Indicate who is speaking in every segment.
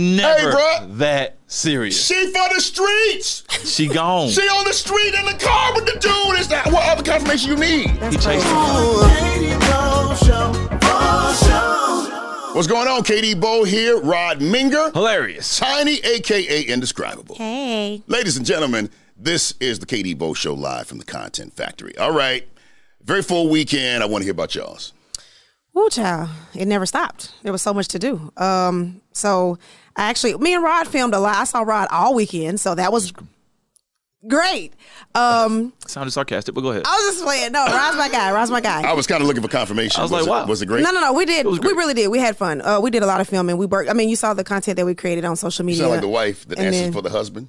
Speaker 1: never
Speaker 2: bruh.
Speaker 1: that serious.
Speaker 2: She for the streets.
Speaker 1: She gone.
Speaker 2: She on the street in the car with the dude. Is that what other confirmation you need?
Speaker 1: he chased
Speaker 2: What's going on? KD Bo here. Rod Minger.
Speaker 1: Hilarious.
Speaker 2: Tiny, aka indescribable.
Speaker 3: Hey.
Speaker 2: Ladies and gentlemen, this is the KD Bo Show live from the Content Factory. All right, very full weekend. I want to hear about y'all's.
Speaker 3: Woo, child. It never stopped. There was so much to do. Um, so I actually, me and Rod filmed a lot. I saw Rod all weekend, so that was great. Um,
Speaker 1: Sounded sarcastic, but go ahead.
Speaker 3: I was just playing. No, Rod's my guy. Rod's my guy.
Speaker 2: I was kind of looking for confirmation.
Speaker 1: I was like,
Speaker 2: it,
Speaker 1: wow.
Speaker 2: was it great?
Speaker 3: No, no, no. We did.
Speaker 1: was
Speaker 3: We
Speaker 1: great.
Speaker 3: really did. We had fun. Uh, we did a lot of filming. We worked. I mean, you saw the content that we created on social
Speaker 2: You
Speaker 3: media.
Speaker 2: sound like the wife that
Speaker 3: And
Speaker 2: answers
Speaker 3: then-
Speaker 2: for the husband.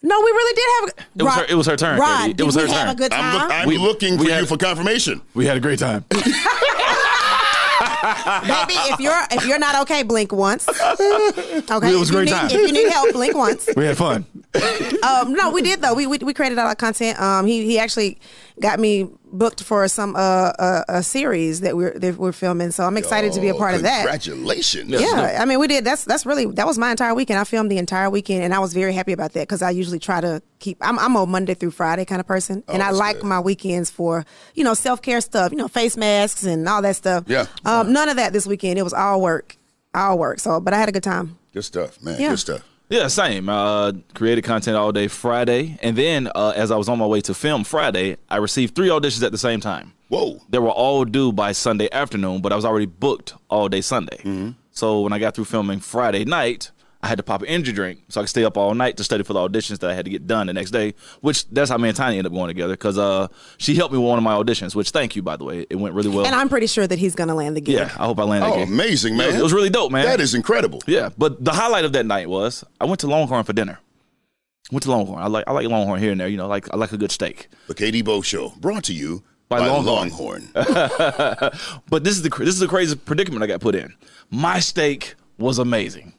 Speaker 3: No, we really did have. A,
Speaker 1: It was her- it was her turn,
Speaker 3: Rod,
Speaker 1: Katie. It
Speaker 3: did
Speaker 1: was
Speaker 3: we
Speaker 1: her
Speaker 3: have
Speaker 1: turn.
Speaker 3: a good
Speaker 2: I'm,
Speaker 3: time?
Speaker 2: look, I'm
Speaker 1: We-
Speaker 2: looking
Speaker 1: we
Speaker 2: for you
Speaker 1: had-
Speaker 2: for confirmation.
Speaker 1: we had a great time.
Speaker 3: Baby, if you're if you're not okay, blink once. Okay,
Speaker 4: It was
Speaker 3: if you
Speaker 4: a great
Speaker 3: need-
Speaker 4: time.
Speaker 3: If you need help, blink once.
Speaker 4: We had fun.
Speaker 3: Um, no, we did though. We, we we created a lot of content. Um, he he actually got me booked for some uh, uh a series that we're that we're filming. So I'm excited to be a
Speaker 2: Oh,
Speaker 3: part of that.
Speaker 2: Congratulations.
Speaker 3: Yeah, I mean, we did. That's that's really that was my entire weekend. I filmed the entire weekend, and I was very happy about that because I usually try to keep. I'm, I'm a Monday through Friday kind of person, and I
Speaker 2: Oh, that's
Speaker 3: like
Speaker 2: good.
Speaker 3: my weekends for you know self care stuff, you know face masks and all that stuff.
Speaker 2: Yeah.
Speaker 3: Um, none of that this weekend. It was all work, all work. So, but I had a good time.
Speaker 2: Good stuff, man.
Speaker 3: Yeah.
Speaker 2: Good stuff.
Speaker 1: Yeah, same. Uh, created content all day Friday, and then uh, as I was on my way to film Friday, I received three auditions at the same time.
Speaker 2: Whoa.
Speaker 1: They were all due by Sunday afternoon, but I was already booked all day Sunday.
Speaker 2: Mm-hmm.
Speaker 1: So when I got through filming Friday night, I had to pop an energy drink so I could stay up all night to study for the auditions that I had to get done the next day. Which that's how me and Tiny ended up going together because uh, she helped me with one of my auditions. Which thank you by the way, it went really well.
Speaker 3: And I'm pretty sure that he's gonna land the gig.
Speaker 1: yeah, I hope I landed.
Speaker 2: Oh,
Speaker 1: again.
Speaker 2: amazing, man.
Speaker 1: It was really dope, man.
Speaker 2: That is incredible.
Speaker 1: Yeah, but the highlight of that night was I went to Longhorn for dinner. Went to Longhorn. I like I like Longhorn here and there. You know, I like I like a good steak.
Speaker 2: The KD Bo Show, brought to you by,
Speaker 1: By Longhorn.
Speaker 2: Longhorn.
Speaker 1: But this is the cr- this is the crazy predicament I got put in. My steak was amazing.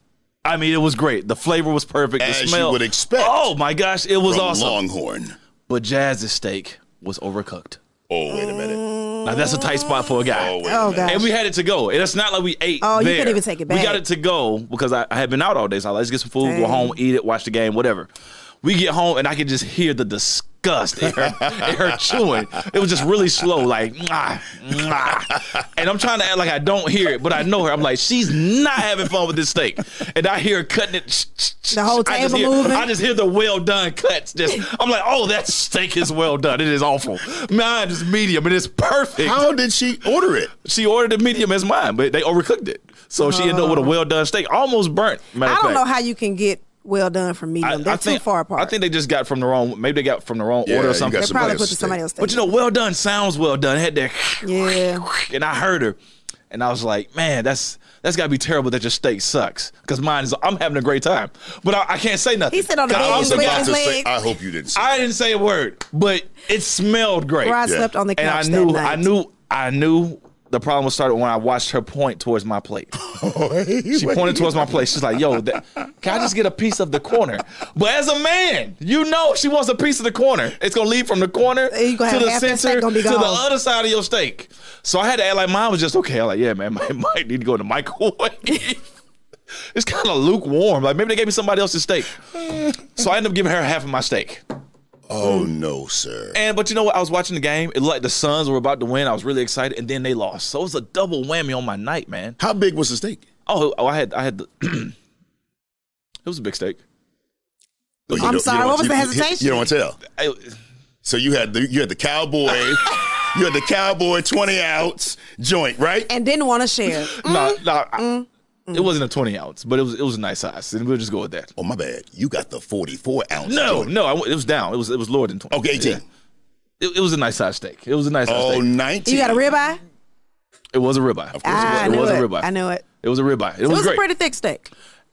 Speaker 1: I mean, it was great. The flavor was perfect.
Speaker 2: As
Speaker 1: the
Speaker 2: you
Speaker 1: smell.
Speaker 2: would expect
Speaker 1: Oh my gosh, it was
Speaker 2: from
Speaker 1: awesome.
Speaker 2: Longhorn.
Speaker 1: But Jazz's steak was overcooked.
Speaker 2: Oh, wait a minute.
Speaker 1: Now that's a tight spot for a guy.
Speaker 2: Oh, wait
Speaker 3: Mm. Oh
Speaker 2: a minute.
Speaker 3: gosh.
Speaker 1: And we had it to go. And it's not like we ate.
Speaker 3: Oh, you
Speaker 1: there.
Speaker 3: couldn't even take it
Speaker 1: We
Speaker 3: back.
Speaker 1: got it to go because I, I had been out all day. So I let's get some food, go
Speaker 3: Dang.
Speaker 1: home, eat it, watch the game, whatever. We get home and I could just hear the disgust in her, in her chewing. It was just really slow, like mwah, mwah. and I'm trying to act like I don't hear it, but I know her. I'm like, she's not having fun with this steak, and I hear her cutting it.
Speaker 3: The whole
Speaker 1: I just
Speaker 3: table
Speaker 1: hear-
Speaker 3: moving.
Speaker 1: I just hear the well done cuts. Just I'm like, oh, that steak is well done. It is awful. Mine is medium. It is perfect
Speaker 2: How did she order it?
Speaker 1: she ordered the medium as mine, but they overcooked it. So she ended up
Speaker 2: Oh.
Speaker 1: with a well done steak, almost burnt. matter of
Speaker 3: I don't
Speaker 1: fact.
Speaker 3: know how you can get well done from medium. They're
Speaker 1: think,
Speaker 3: too far apart.
Speaker 1: I think they just got from the wrong. Maybe they got from the wrong
Speaker 2: Yeah,
Speaker 1: order
Speaker 2: you
Speaker 1: or
Speaker 2: got
Speaker 1: something.
Speaker 3: they
Speaker 2: somebody
Speaker 3: probably put
Speaker 2: else's
Speaker 3: to somebody else's.
Speaker 1: But you know, well done sounds well done. It had that,
Speaker 3: Yeah.
Speaker 1: and I heard her, and I was like, man, that's that's gotta be terrible that your steak sucks because mine is. I'm having a great time, but I, I can't say nothing.
Speaker 3: He said on the
Speaker 1: I
Speaker 3: bed,
Speaker 1: also
Speaker 3: he's
Speaker 1: got
Speaker 3: his
Speaker 1: to-
Speaker 3: leg.
Speaker 2: say, I hope you didn't say
Speaker 1: I didn't say a word, but it smelled great.
Speaker 3: Rod
Speaker 2: Yeah.
Speaker 3: slept on the
Speaker 1: and
Speaker 3: couch
Speaker 1: I knew,
Speaker 3: that night.
Speaker 1: I knew, I knew the problem was started when I watched her point towards my plate. She pointed towards my plate. She's like, "Yo, that, can I just get a piece of the corner?" But as a man, you know she wants a piece of the corner. It's gonna lead from the corner
Speaker 3: And you gonna
Speaker 1: to
Speaker 3: have
Speaker 1: the
Speaker 3: half that steak
Speaker 1: center to
Speaker 3: gonna be
Speaker 1: the
Speaker 3: gone.
Speaker 1: other side of your steak. So I had to act like mine was just okay. I'm like, "Yeah, man, might, might need to go in the microwave." it's kind of lukewarm. Like maybe they gave me somebody else's steak. So I ended up giving her half of my steak.
Speaker 2: Oh,
Speaker 1: Mm.
Speaker 2: no, sir.
Speaker 1: And but you know what? I was watching the game. It looked like the Suns were about to win. I was really excited, and then they lost. So it was a double whammy on my night, man.
Speaker 2: How big was the steak?
Speaker 1: Oh, oh I had, I had. The, it was a big steak.
Speaker 2: Oh, you
Speaker 3: I'm
Speaker 2: don't- you
Speaker 3: sorry,
Speaker 2: don't-
Speaker 3: what was
Speaker 2: you-
Speaker 3: the
Speaker 2: you-
Speaker 3: hesitation?
Speaker 2: You don't want to tell.
Speaker 1: I,
Speaker 2: So you had the you had the cowboy, you had the cowboy twenty ounce joint, right?
Speaker 3: and didn't want to share.
Speaker 1: nah,
Speaker 3: Mm.
Speaker 1: nah, I- It wasn't a twenty ounce, but it was it was a nice size, and we'll just go with that.
Speaker 2: Oh my bad, you got the forty four ounce.
Speaker 1: No,
Speaker 2: joint.
Speaker 1: no, I, w- it was down. It was it was lower than twenty.
Speaker 2: okay,
Speaker 1: Yeah.
Speaker 2: eighteen.
Speaker 1: It, it was a nice size steak. It was a nice size
Speaker 2: Oh,
Speaker 1: steak.
Speaker 2: 19.
Speaker 3: You got a ribeye?
Speaker 1: It was a ribeye. Of course,
Speaker 3: Ah, I
Speaker 1: it
Speaker 3: knew
Speaker 1: was, it was a
Speaker 3: it.
Speaker 1: ribeye.
Speaker 3: I knew it.
Speaker 1: It was a ribeye. It,
Speaker 3: It
Speaker 1: was,
Speaker 3: was a
Speaker 1: great.
Speaker 3: pretty thick steak.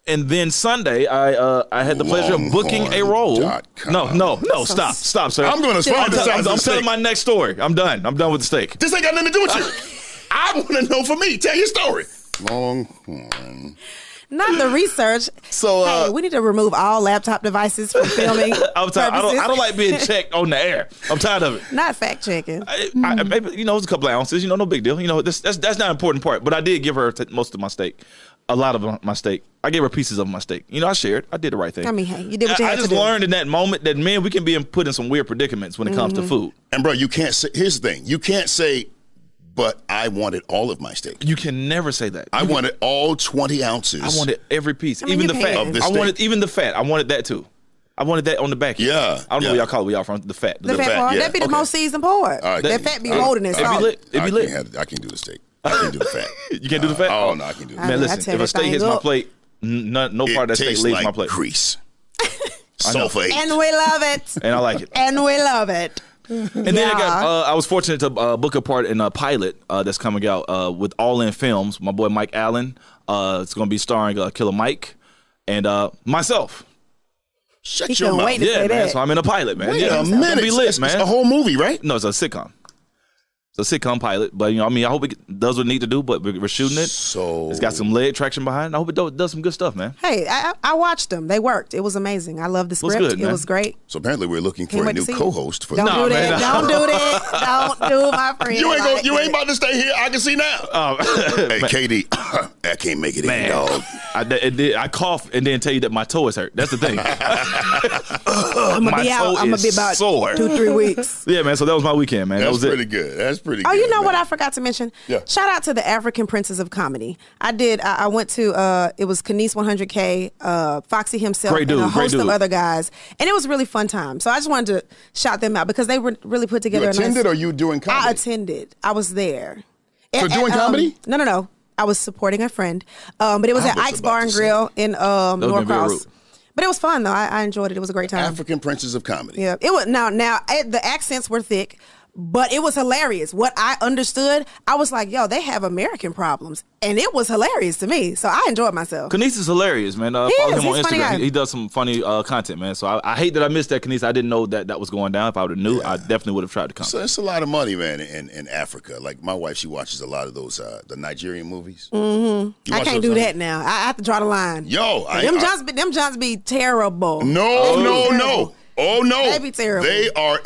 Speaker 1: And then Sunday, I uh, I had the pleasure of booking a role.
Speaker 2: Longhorn.com.
Speaker 1: No, no, no!
Speaker 3: So
Speaker 1: stop,
Speaker 3: s-
Speaker 1: stop, sir.
Speaker 2: I'm gonna
Speaker 1: I'm,
Speaker 2: spot the
Speaker 1: tell-
Speaker 2: size
Speaker 1: I'm,
Speaker 2: of the
Speaker 1: I'm
Speaker 2: steak.
Speaker 1: telling my next story. I'm done. I'm done with the steak.
Speaker 2: This ain't got nothing to do with you. I want to know from me. Tell your story. Longhorn.
Speaker 3: Not the research.
Speaker 2: So, uh,
Speaker 3: hey, we need to remove all laptop devices from filming.
Speaker 1: I'm tired. I don't.
Speaker 3: purposes.
Speaker 1: I don't like being checked on the air. I'm tired of it.
Speaker 3: Not fact checking.
Speaker 1: I, I, maybe you know it was a couple of ounces. You know, no big deal. You know, this, that's that's not an important part. But I did give her t- most of my steak. a lot of my- my steak. I gave her pieces of my steak. You know, I shared. I did the right thing.
Speaker 3: I mean, hey, you did what you
Speaker 1: I,
Speaker 3: had
Speaker 1: I just
Speaker 3: to do.
Speaker 1: learned in that moment that man, we can be in, put in some weird predicaments when it comes
Speaker 3: Mm-hmm.
Speaker 1: to food.
Speaker 2: And bro, you can't say. Here's the thing: you can't say, "But I wanted all of my steak.
Speaker 1: You can never say that.
Speaker 2: I wanted all 20 ounces."
Speaker 1: I wanted every piece,
Speaker 3: mean,
Speaker 1: even
Speaker 3: you
Speaker 1: the fat.
Speaker 3: can. Of
Speaker 2: this
Speaker 1: I
Speaker 2: steak.
Speaker 1: wanted even the fat. I wanted that too. I wanted that on the back. end.
Speaker 2: Yeah,
Speaker 1: I don't know
Speaker 2: yeah.
Speaker 1: where y'all call it. Where y'all from? The fat.
Speaker 3: The, fat
Speaker 2: fat,
Speaker 3: part.
Speaker 2: yeah.
Speaker 3: That'd be the
Speaker 2: Okay.
Speaker 3: most seasoned part.
Speaker 2: right.
Speaker 3: that fat be
Speaker 2: All right.
Speaker 3: holding it
Speaker 1: It'd be
Speaker 2: All
Speaker 3: solid.
Speaker 1: lit. It'd
Speaker 2: I
Speaker 1: be
Speaker 2: can't
Speaker 1: lit.
Speaker 2: have. I can do the steak. I can do the fat.
Speaker 1: You can't do the fat.
Speaker 2: Oh no, I can do the
Speaker 1: Man,
Speaker 2: fat.
Speaker 3: I
Speaker 1: listen.
Speaker 3: tear
Speaker 1: If a
Speaker 3: that
Speaker 1: steak
Speaker 3: thing
Speaker 1: hits my
Speaker 3: up.
Speaker 1: plate, n- none, no part of that steak
Speaker 2: tastes
Speaker 1: leaves
Speaker 2: like
Speaker 1: my plate,
Speaker 2: grease.
Speaker 1: know.
Speaker 2: Sulfate.
Speaker 3: And we love it.
Speaker 1: and I like it.
Speaker 3: and we love it.
Speaker 1: And then I got,
Speaker 3: Yeah.
Speaker 1: uh, I was fortunate to uh, book a part in a pilot uh, that's coming out uh, with All In Films. My boy Mike Allen. Uh, it's going to be starring uh, Killer Mike and uh, myself.
Speaker 2: Shut
Speaker 3: He
Speaker 2: your
Speaker 3: couldn't
Speaker 2: mouth.
Speaker 3: wait to
Speaker 1: Yeah,
Speaker 3: say
Speaker 1: man.
Speaker 3: that.
Speaker 1: So I'm in a pilot, man.
Speaker 2: Wait
Speaker 1: yeah,
Speaker 2: a
Speaker 1: It's
Speaker 2: minute.
Speaker 1: gonna be lit,
Speaker 2: It's-
Speaker 1: man.
Speaker 2: It's a whole movie, right?
Speaker 1: No, it's a sitcom. It's a sitcom pilot, but you know, I mean, I hope it does what it need to do. But we're we're shooting it.
Speaker 2: So-
Speaker 1: it's got some leg traction behind. it. I hope it do- does some good stuff, man.
Speaker 3: Hey, I, I I watched them. They worked. It was amazing. I love the
Speaker 1: What's
Speaker 3: script.
Speaker 1: good,
Speaker 3: it
Speaker 1: man?
Speaker 3: was great.
Speaker 2: So apparently, we're looking
Speaker 3: Can't
Speaker 2: for a
Speaker 3: wait to
Speaker 2: new
Speaker 3: see you.
Speaker 2: co-host for.
Speaker 3: Don't
Speaker 1: Nah,
Speaker 3: do
Speaker 1: man,
Speaker 3: that. Don't do that. Don't do my friend.
Speaker 2: You ain't gonna,
Speaker 3: like
Speaker 2: you ain't
Speaker 3: that.
Speaker 2: about to stay here. I can see now.
Speaker 1: Oh.
Speaker 2: hey, Katie, I can't make it in, dog.
Speaker 1: I, d- it did- I cough and then tell you that my toe is hurt. That's the thing.
Speaker 3: I'm gonna
Speaker 1: My
Speaker 3: be out.
Speaker 1: toe
Speaker 3: I'm gonna
Speaker 1: is
Speaker 3: be about
Speaker 1: sore.
Speaker 3: two, three weeks.
Speaker 1: yeah, man. So that was my weekend, man.
Speaker 2: That's
Speaker 1: that was
Speaker 2: pretty
Speaker 1: it.
Speaker 2: good. That's pretty.
Speaker 3: Oh,
Speaker 2: good.
Speaker 3: you know what
Speaker 2: man.
Speaker 3: I forgot to mention?
Speaker 2: Yeah.
Speaker 3: Shout out to the African Princes of Comedy. I did. I, I went to. uh It was Kanice 100K, uh, Foxy himself,
Speaker 1: Great
Speaker 3: and a
Speaker 1: dude, great
Speaker 3: host of
Speaker 1: dude.
Speaker 3: other guys, and it was a really fun time. So I just wanted to shout them out because they were really put
Speaker 2: You
Speaker 3: together. a nice,
Speaker 2: attended or you doing comedy?
Speaker 3: I attended. I was there.
Speaker 2: For
Speaker 3: And-
Speaker 2: doing
Speaker 3: and, um,
Speaker 2: comedy?
Speaker 3: No, no, no. I was supporting a friend, um, but it was
Speaker 2: I
Speaker 3: at
Speaker 2: was
Speaker 3: Ike's
Speaker 2: about
Speaker 3: Bar
Speaker 2: to
Speaker 3: and
Speaker 2: say.
Speaker 3: Grill in um,
Speaker 1: That would've been very
Speaker 3: Norcross.
Speaker 1: rude.
Speaker 3: But it was fun though. I, I enjoyed it. It was a great time.
Speaker 2: African Princes of Comedy.
Speaker 3: yeah, it was. Now, now eh, the accents were thick, but it was hilarious. What I understood, I was like, "Yo, they have American problems," and it was hilarious to me. So I enjoyed myself.
Speaker 1: Kanice is hilarious, man. Uh,
Speaker 3: He
Speaker 1: follow
Speaker 3: is.
Speaker 1: him on
Speaker 3: He's a funny
Speaker 1: Instagram.
Speaker 3: guy.
Speaker 1: He, he does some funny uh, content, man. So I, I hate that I missed that Kanice. I didn't know that that was going down. If I would have knew, I definitely would have tried to come.
Speaker 2: So it's a lot of money, man, in, in Africa. Like my wife, she watches a lot of those uh, the Nigerian movies. Mm-hmm.
Speaker 3: I can't do that now. I, I have to draw the line.
Speaker 2: Yo, I-
Speaker 3: them
Speaker 2: I-
Speaker 3: Johns, be- them Johns be terrible.
Speaker 2: No, no, no. Oh no,
Speaker 3: They be terrible.
Speaker 2: They are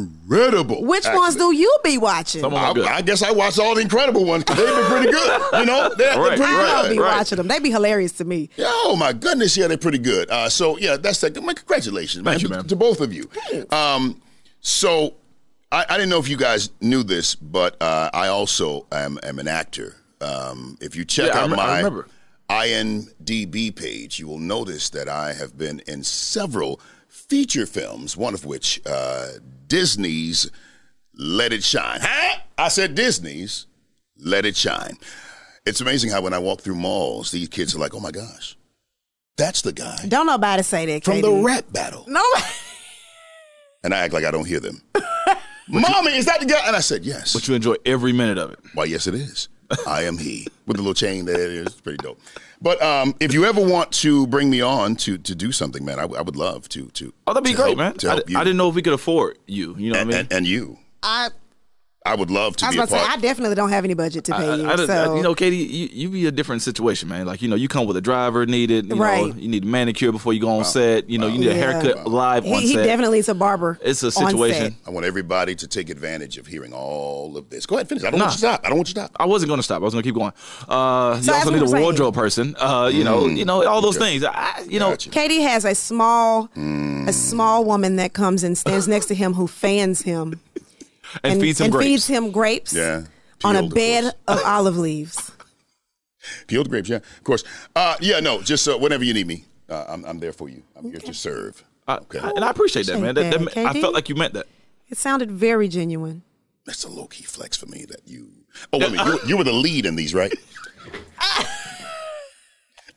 Speaker 2: incredible.
Speaker 3: Which
Speaker 2: actually.
Speaker 3: ones do you be watching?
Speaker 1: Some of
Speaker 2: I,
Speaker 1: them good.
Speaker 2: I guess I watched all the incredible ones because they've been pretty good. You know, they're, they're
Speaker 1: Right,
Speaker 2: pretty
Speaker 3: I
Speaker 1: right.
Speaker 3: don't be
Speaker 2: good.
Speaker 3: watching them. They be hilarious to me.
Speaker 2: Yeah, oh my goodness, yeah, they're pretty good. Uh, so yeah, that's that. Man, congratulations, man,
Speaker 1: Thank you,
Speaker 2: to-
Speaker 1: man.
Speaker 2: to both of you. Um, so I, I didn't know if you guys knew this, but uh, I also am, am an actor. Um, if you check
Speaker 1: Yeah, I
Speaker 2: out
Speaker 1: rem- I
Speaker 2: my
Speaker 1: remember.
Speaker 2: IMDb page, you will notice that I have been in several feature films. One of which, uh, Disney's "Let It Shine." Huh? I said Disney's "Let It Shine." It's amazing how when I walk through malls, these kids are like, "Oh my gosh, that's the guy
Speaker 3: Don't nobody say that,
Speaker 2: from
Speaker 3: Katie.
Speaker 2: the rap battle,"
Speaker 3: Nobody.
Speaker 2: and I act like I don't hear them. Mommy, is that the guy? And I said, "Yes."
Speaker 1: But you enjoy every minute of it.
Speaker 2: Why, yes, it is. I am he with the little chain that it is. It's pretty dope. But um, if you ever want to bring me on to to do something, man, I, w- I would love to to.
Speaker 1: Oh, that'd be
Speaker 2: to
Speaker 1: great,
Speaker 2: help-
Speaker 1: man.
Speaker 2: To
Speaker 1: I,
Speaker 2: help
Speaker 1: di-
Speaker 2: you.
Speaker 1: I didn't know if we could afford you. You know
Speaker 2: and,
Speaker 1: what I mean?
Speaker 2: and, and you,
Speaker 3: I,
Speaker 2: I would love to
Speaker 3: I was
Speaker 2: be a
Speaker 3: about to say,
Speaker 2: part.
Speaker 3: I definitely don't have any budget to pay
Speaker 1: I,
Speaker 3: you.
Speaker 1: I, don't-
Speaker 3: so,
Speaker 1: you know, Katie, you, you be a different situation, man. Like you know, you come with a driver needed. You
Speaker 3: Right.
Speaker 1: Know, you need a manicure before you go on set. You know, you need a
Speaker 3: Yeah.
Speaker 1: haircut live
Speaker 3: he,
Speaker 1: on
Speaker 3: he
Speaker 1: set.
Speaker 3: definitely is a barber.
Speaker 1: It's a
Speaker 3: on
Speaker 1: situation.
Speaker 3: set.
Speaker 2: I want everybody to take advantage of hearing all of this. Go ahead, finish. I don't
Speaker 1: Nah.
Speaker 2: want you to stop. I don't want you to stop.
Speaker 1: I wasn't going to stop. I was going to keep going. Uh, you
Speaker 3: So that's
Speaker 1: also
Speaker 3: what
Speaker 1: need
Speaker 3: I'm
Speaker 1: a
Speaker 3: saying.
Speaker 1: wardrobe person. Uh, you know, you know, all those
Speaker 2: Okay.
Speaker 1: things. I, you know,
Speaker 2: Gotcha.
Speaker 3: Katie has a small,
Speaker 2: Mm.
Speaker 3: a small woman that comes and stands next to him who fans him
Speaker 1: and, feeds him grapes.
Speaker 3: feeds him grapes
Speaker 2: Yeah.
Speaker 3: on a
Speaker 2: Peeled, of
Speaker 3: bed
Speaker 2: course.
Speaker 3: of olive leaves.
Speaker 2: Peeled grapes, yeah, of course. Uh, yeah, no, just uh, whenever you need me, uh, I'm, I'm there for you. I'm here to serve.
Speaker 1: I- I- Uh, and I appreciate that, man. That, that,
Speaker 3: Appreciate that,
Speaker 1: I
Speaker 3: Katie.
Speaker 1: felt like you meant that.
Speaker 3: It sounded very genuine.
Speaker 2: That's a low key flex for me that you. Oh, wait a minute. You, you were the lead in these, right?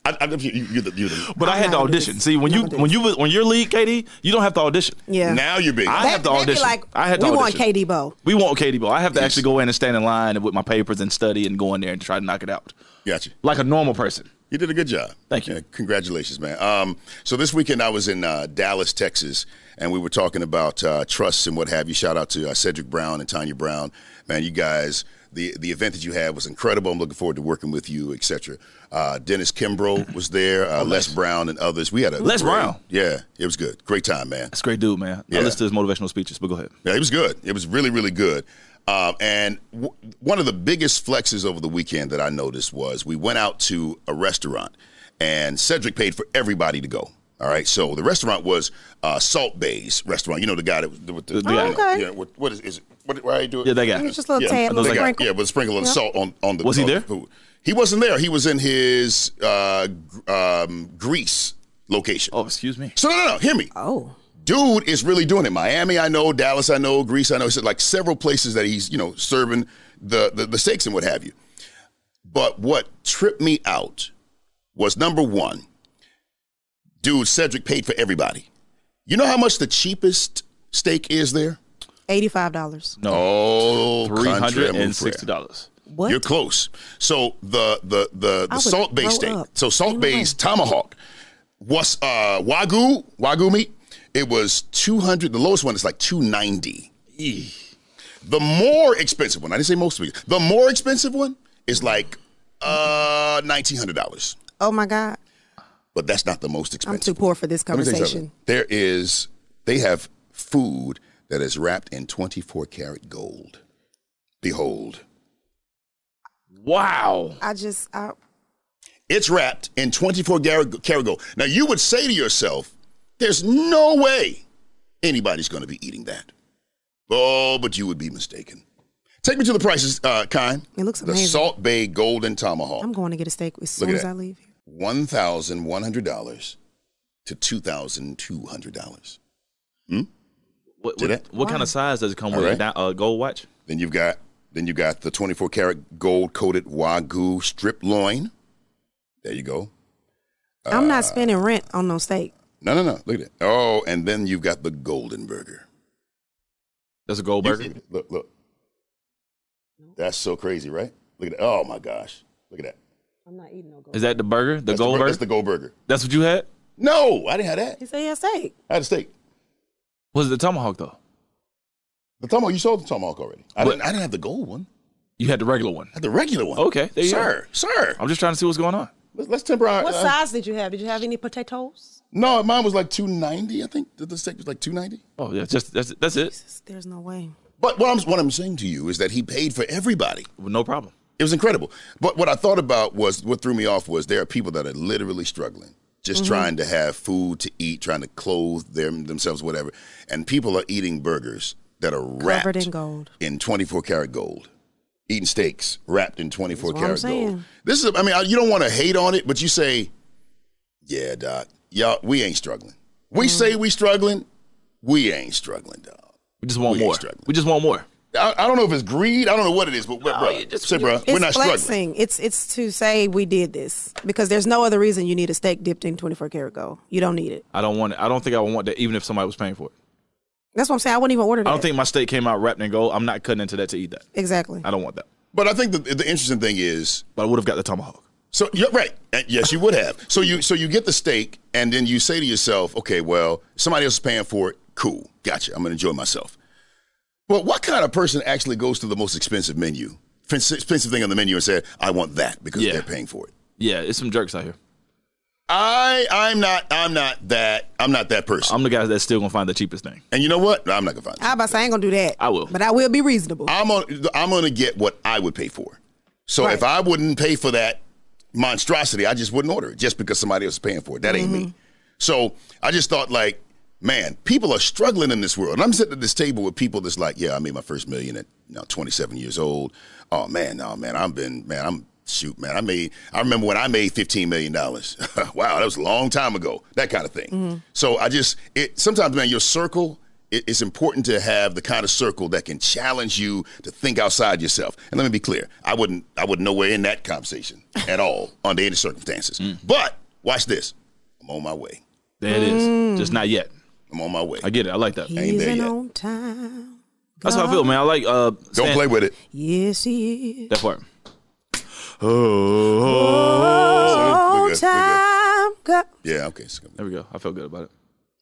Speaker 2: I, I, you, you're the, you're the,
Speaker 1: But I,
Speaker 3: I'm
Speaker 1: had
Speaker 3: not
Speaker 1: to
Speaker 3: gonna do
Speaker 1: audition.
Speaker 3: this.
Speaker 1: See, when
Speaker 3: I'm
Speaker 1: you
Speaker 3: not gonna do
Speaker 1: when you was- when you're lead, Katie, you don't have to audition.
Speaker 3: Yeah.
Speaker 2: Now you're big.
Speaker 1: I
Speaker 3: They-
Speaker 1: have to
Speaker 3: they be
Speaker 1: audition.
Speaker 3: like,
Speaker 1: I had to
Speaker 3: we want
Speaker 1: audition.
Speaker 3: Katie Bo.
Speaker 1: We want Katie Bo. I have to
Speaker 2: Yes.
Speaker 1: actually go in and stand in line and with my papers and study and go in there and try to knock it out
Speaker 2: Gotcha.
Speaker 1: like a normal person.
Speaker 2: You did a good job.
Speaker 1: Thank you.
Speaker 2: congratulations, man. Um, so this weekend I was in uh, Dallas, Texas, and we were talking about uh, trusts and what have you. Shout out to uh, Cedric Brown and Tanya Brown, man. You guys, the the event that you had was incredible. I'm looking forward to working with you, etc. Uh, Dennis Kimbrough was there, uh, Les Brown, and others. We had a
Speaker 1: Oh, Les
Speaker 2: great-
Speaker 1: Brown.
Speaker 2: Yeah, it was good. Great time, man.
Speaker 1: That's a great dude, man.
Speaker 2: Yeah.
Speaker 1: I listen to his motivational speeches, but go ahead.
Speaker 2: Yeah, it was good. It was really, really good. Um, and w- one of the biggest flexes over the weekend that I noticed was we went out to a restaurant, and Cedric paid for everybody to go. All right, so the restaurant was uh, Salt Bay's restaurant. You know the guy that was with the,
Speaker 1: The- the
Speaker 3: Oh, guy. okay.
Speaker 2: yeah, what, what is, is it? What, why are you doing?
Speaker 1: Yeah, that guy.
Speaker 3: It's just a
Speaker 2: yeah,
Speaker 3: little tad, little
Speaker 2: they got-
Speaker 3: sprinkle.
Speaker 2: Yeah, with a sprinkle of
Speaker 3: Yeah.
Speaker 2: salt on, on the.
Speaker 1: Was he
Speaker 2: on the
Speaker 1: there?
Speaker 2: food. He wasn't there. He was in his uh, gr- um, Greece location.
Speaker 1: Oh, excuse me.
Speaker 2: So no, no, no. Hear me.
Speaker 3: Oh,
Speaker 2: Dude is really doing it. Miami, I know. Dallas, I know. Greece, I know. It's like several places that he's you know serving the the, the steaks and what have you. But what tripped me out was number one, dude. Cedric paid for everybody. You know how much the cheapest steak is there?
Speaker 3: eighty-five dollars.
Speaker 1: No,
Speaker 2: Oh,
Speaker 1: three hundred and
Speaker 2: country,
Speaker 1: sixty dollars.
Speaker 3: What?
Speaker 2: you're close. So the the the,
Speaker 3: I
Speaker 2: the
Speaker 3: would
Speaker 2: Salt Bay
Speaker 3: throw
Speaker 2: steak.
Speaker 3: up.
Speaker 2: So Salt
Speaker 3: Ain't no way.
Speaker 2: Bay's tomahawk. What's uh wagyu wagyu meat? It was two hundred. The lowest one is like two ninety. The more expensive one. I didn't say most of it. The more expensive one is like uh nineteen hundred dollars.
Speaker 3: Oh my God,
Speaker 2: But that's not the most
Speaker 3: I'm
Speaker 2: expensive.
Speaker 3: too poor for this
Speaker 2: Let me tell you
Speaker 3: conversation.
Speaker 2: something. There is. They have food that is wrapped in twenty four karat gold. Behold.
Speaker 1: Wow.
Speaker 3: I just, I,
Speaker 2: It's wrapped in 24 gar- karat gold. Now, you would say to yourself, there's no way anybody's going to be eating that. Oh, but you would be mistaken. Take me to the prices, uh, Kime.
Speaker 3: It looks
Speaker 2: The
Speaker 3: amazing.
Speaker 2: Salt Bay Golden Tomahawk.
Speaker 3: I'm going to get a steak as
Speaker 2: Look
Speaker 3: soon
Speaker 2: at
Speaker 3: as
Speaker 2: that.
Speaker 3: I leave. here.
Speaker 2: $1,100 to $2,200.
Speaker 1: What,
Speaker 2: See
Speaker 1: what,
Speaker 2: that?
Speaker 1: what kind of size does it come with?
Speaker 2: All
Speaker 1: A
Speaker 2: right.
Speaker 1: di- uh, gold watch?
Speaker 2: Then you've got then you got the 24 karat gold coated wagyu strip loin. There you go.
Speaker 3: I'm
Speaker 2: Uh,
Speaker 3: not spending rent on no steak.
Speaker 2: No, no, no. Look at that. Oh, and then you've got the golden burger.
Speaker 1: That's a gold
Speaker 2: You
Speaker 1: burger.
Speaker 2: see it. Look, look. That's so crazy, right? Look at that. Oh my gosh. Look at that.
Speaker 3: I'm not eating no gold.
Speaker 1: Is that the burger? The
Speaker 2: That's
Speaker 1: gold
Speaker 2: bur-
Speaker 1: burger?
Speaker 2: That's the gold burger.
Speaker 1: That's what you had?
Speaker 2: No, I didn't have that.
Speaker 3: He said he had steak.
Speaker 2: I had a steak.
Speaker 1: Was it the tomahawk though?
Speaker 2: The tomahawk. You sold the tomahawk already. I
Speaker 1: But-
Speaker 2: didn't. I didn't have the gold one.
Speaker 1: You had the regular one.
Speaker 2: I had the regular one.
Speaker 1: Okay, there you
Speaker 2: sir, sir.
Speaker 1: I'm just trying to see what's going on.
Speaker 2: Let's, let's temper our.
Speaker 3: What
Speaker 2: uh,
Speaker 3: size did you have? Did you have any potatoes?
Speaker 2: No, mine was like two ninety. I think the, the steak was like two ninety.
Speaker 1: Oh yeah, just that's that's it.
Speaker 3: There's no way.
Speaker 2: But what I'm what I'm saying to you is that he paid for everybody.
Speaker 1: No problem.
Speaker 2: It was incredible. But what I thought about was what threw me off was there are people that are literally struggling,
Speaker 3: Mm-hmm.
Speaker 2: just trying to have food to eat, trying to clothe them themselves, whatever. And people are eating burgers that are wrapped
Speaker 3: Covered in gold.
Speaker 2: in 24 karat gold, eating steaks wrapped in 24
Speaker 3: That's what I'm
Speaker 2: karat gold.
Speaker 3: saying.
Speaker 2: This is, I mean, I- you don't want to hate on it, but you say, yeah, doc, y'all, we ain't struggling. We
Speaker 3: Mm-hmm.
Speaker 2: say we struggling, we ain't struggling, dog.
Speaker 1: We just want
Speaker 2: We ain't
Speaker 1: more.
Speaker 2: struggling.
Speaker 1: We just want more.
Speaker 2: I, I don't know if it's greed. I don't know what it is, but, but bro,
Speaker 1: you just-
Speaker 2: say, bro,
Speaker 3: It's
Speaker 2: we're not
Speaker 3: flexing.
Speaker 2: struggling.
Speaker 3: It's it's to say we did this because there's no other reason you need a steak dipped in 24 karat gold. You don't need it.
Speaker 1: I don't want it. I don't think I would want that even if somebody was paying for it.
Speaker 3: That's what I'm saying. I wouldn't even order that.
Speaker 1: I don't think my steak came out wrapped in gold. I'm not cutting into that to eat that.
Speaker 3: exactly.
Speaker 1: I don't want that.
Speaker 2: But I think the, the interesting thing is,
Speaker 1: But I would have got the tomahawk.
Speaker 2: so you're right. Uh, Yes, you would have. So you so you get the steak, and then you say to yourself, okay, well, somebody else is paying for it. Cool, gotcha. I'm gonna enjoy myself. But what kind of person actually goes to the most expensive menu, fence- expensive thing on the menu, and said, I want that because
Speaker 1: Yeah.
Speaker 2: they're paying for it.
Speaker 1: Yeah, it's some jerks out here.
Speaker 2: I I'm not I'm not that I'm not that person.
Speaker 1: I'm the guy that's still gonna find the cheapest thing.
Speaker 2: and you know what? I'm not gonna find.
Speaker 3: I about to say I ain't gonna do that.
Speaker 1: I will.
Speaker 3: but I will be reasonable.
Speaker 2: I'm on, I'm gonna get what I would pay for. So if I wouldn't pay for that monstrosity, I just wouldn't order it just because somebody else is paying for it. That ain't me. So I just thought like, man, people are struggling in this world. And I'm sitting at this table with people that's like, yeah, I made my first million at you know, 27 years old. Oh man, no man, I've been man, I'm shoot man, I made I remember when I made 15 million dollars. wow, that was a long time ago. That kind of thing. So I just it sometimes man, your circle it- it's important to have the kind of circle that can challenge you to think outside yourself. And let me be clear, I wouldn't, I wouldn't nowhere in that conversation at all under any circumstances.
Speaker 3: Mm.
Speaker 2: But watch this, I'm on my way.
Speaker 1: There it is.
Speaker 2: Mm.
Speaker 1: Just not yet.
Speaker 2: I'm on my way.
Speaker 1: I get it. I like that.
Speaker 2: ain't
Speaker 3: He's
Speaker 2: there
Speaker 3: an
Speaker 2: yet.
Speaker 3: on time.
Speaker 1: That's how I feel, man. I like uh
Speaker 2: Don't
Speaker 1: stand-
Speaker 2: play with it.
Speaker 3: Yes, he is.
Speaker 1: that part.
Speaker 2: we're
Speaker 3: On
Speaker 2: good, we're
Speaker 3: time. God.
Speaker 2: Yeah, okay, so
Speaker 1: There we go. I felt good about it.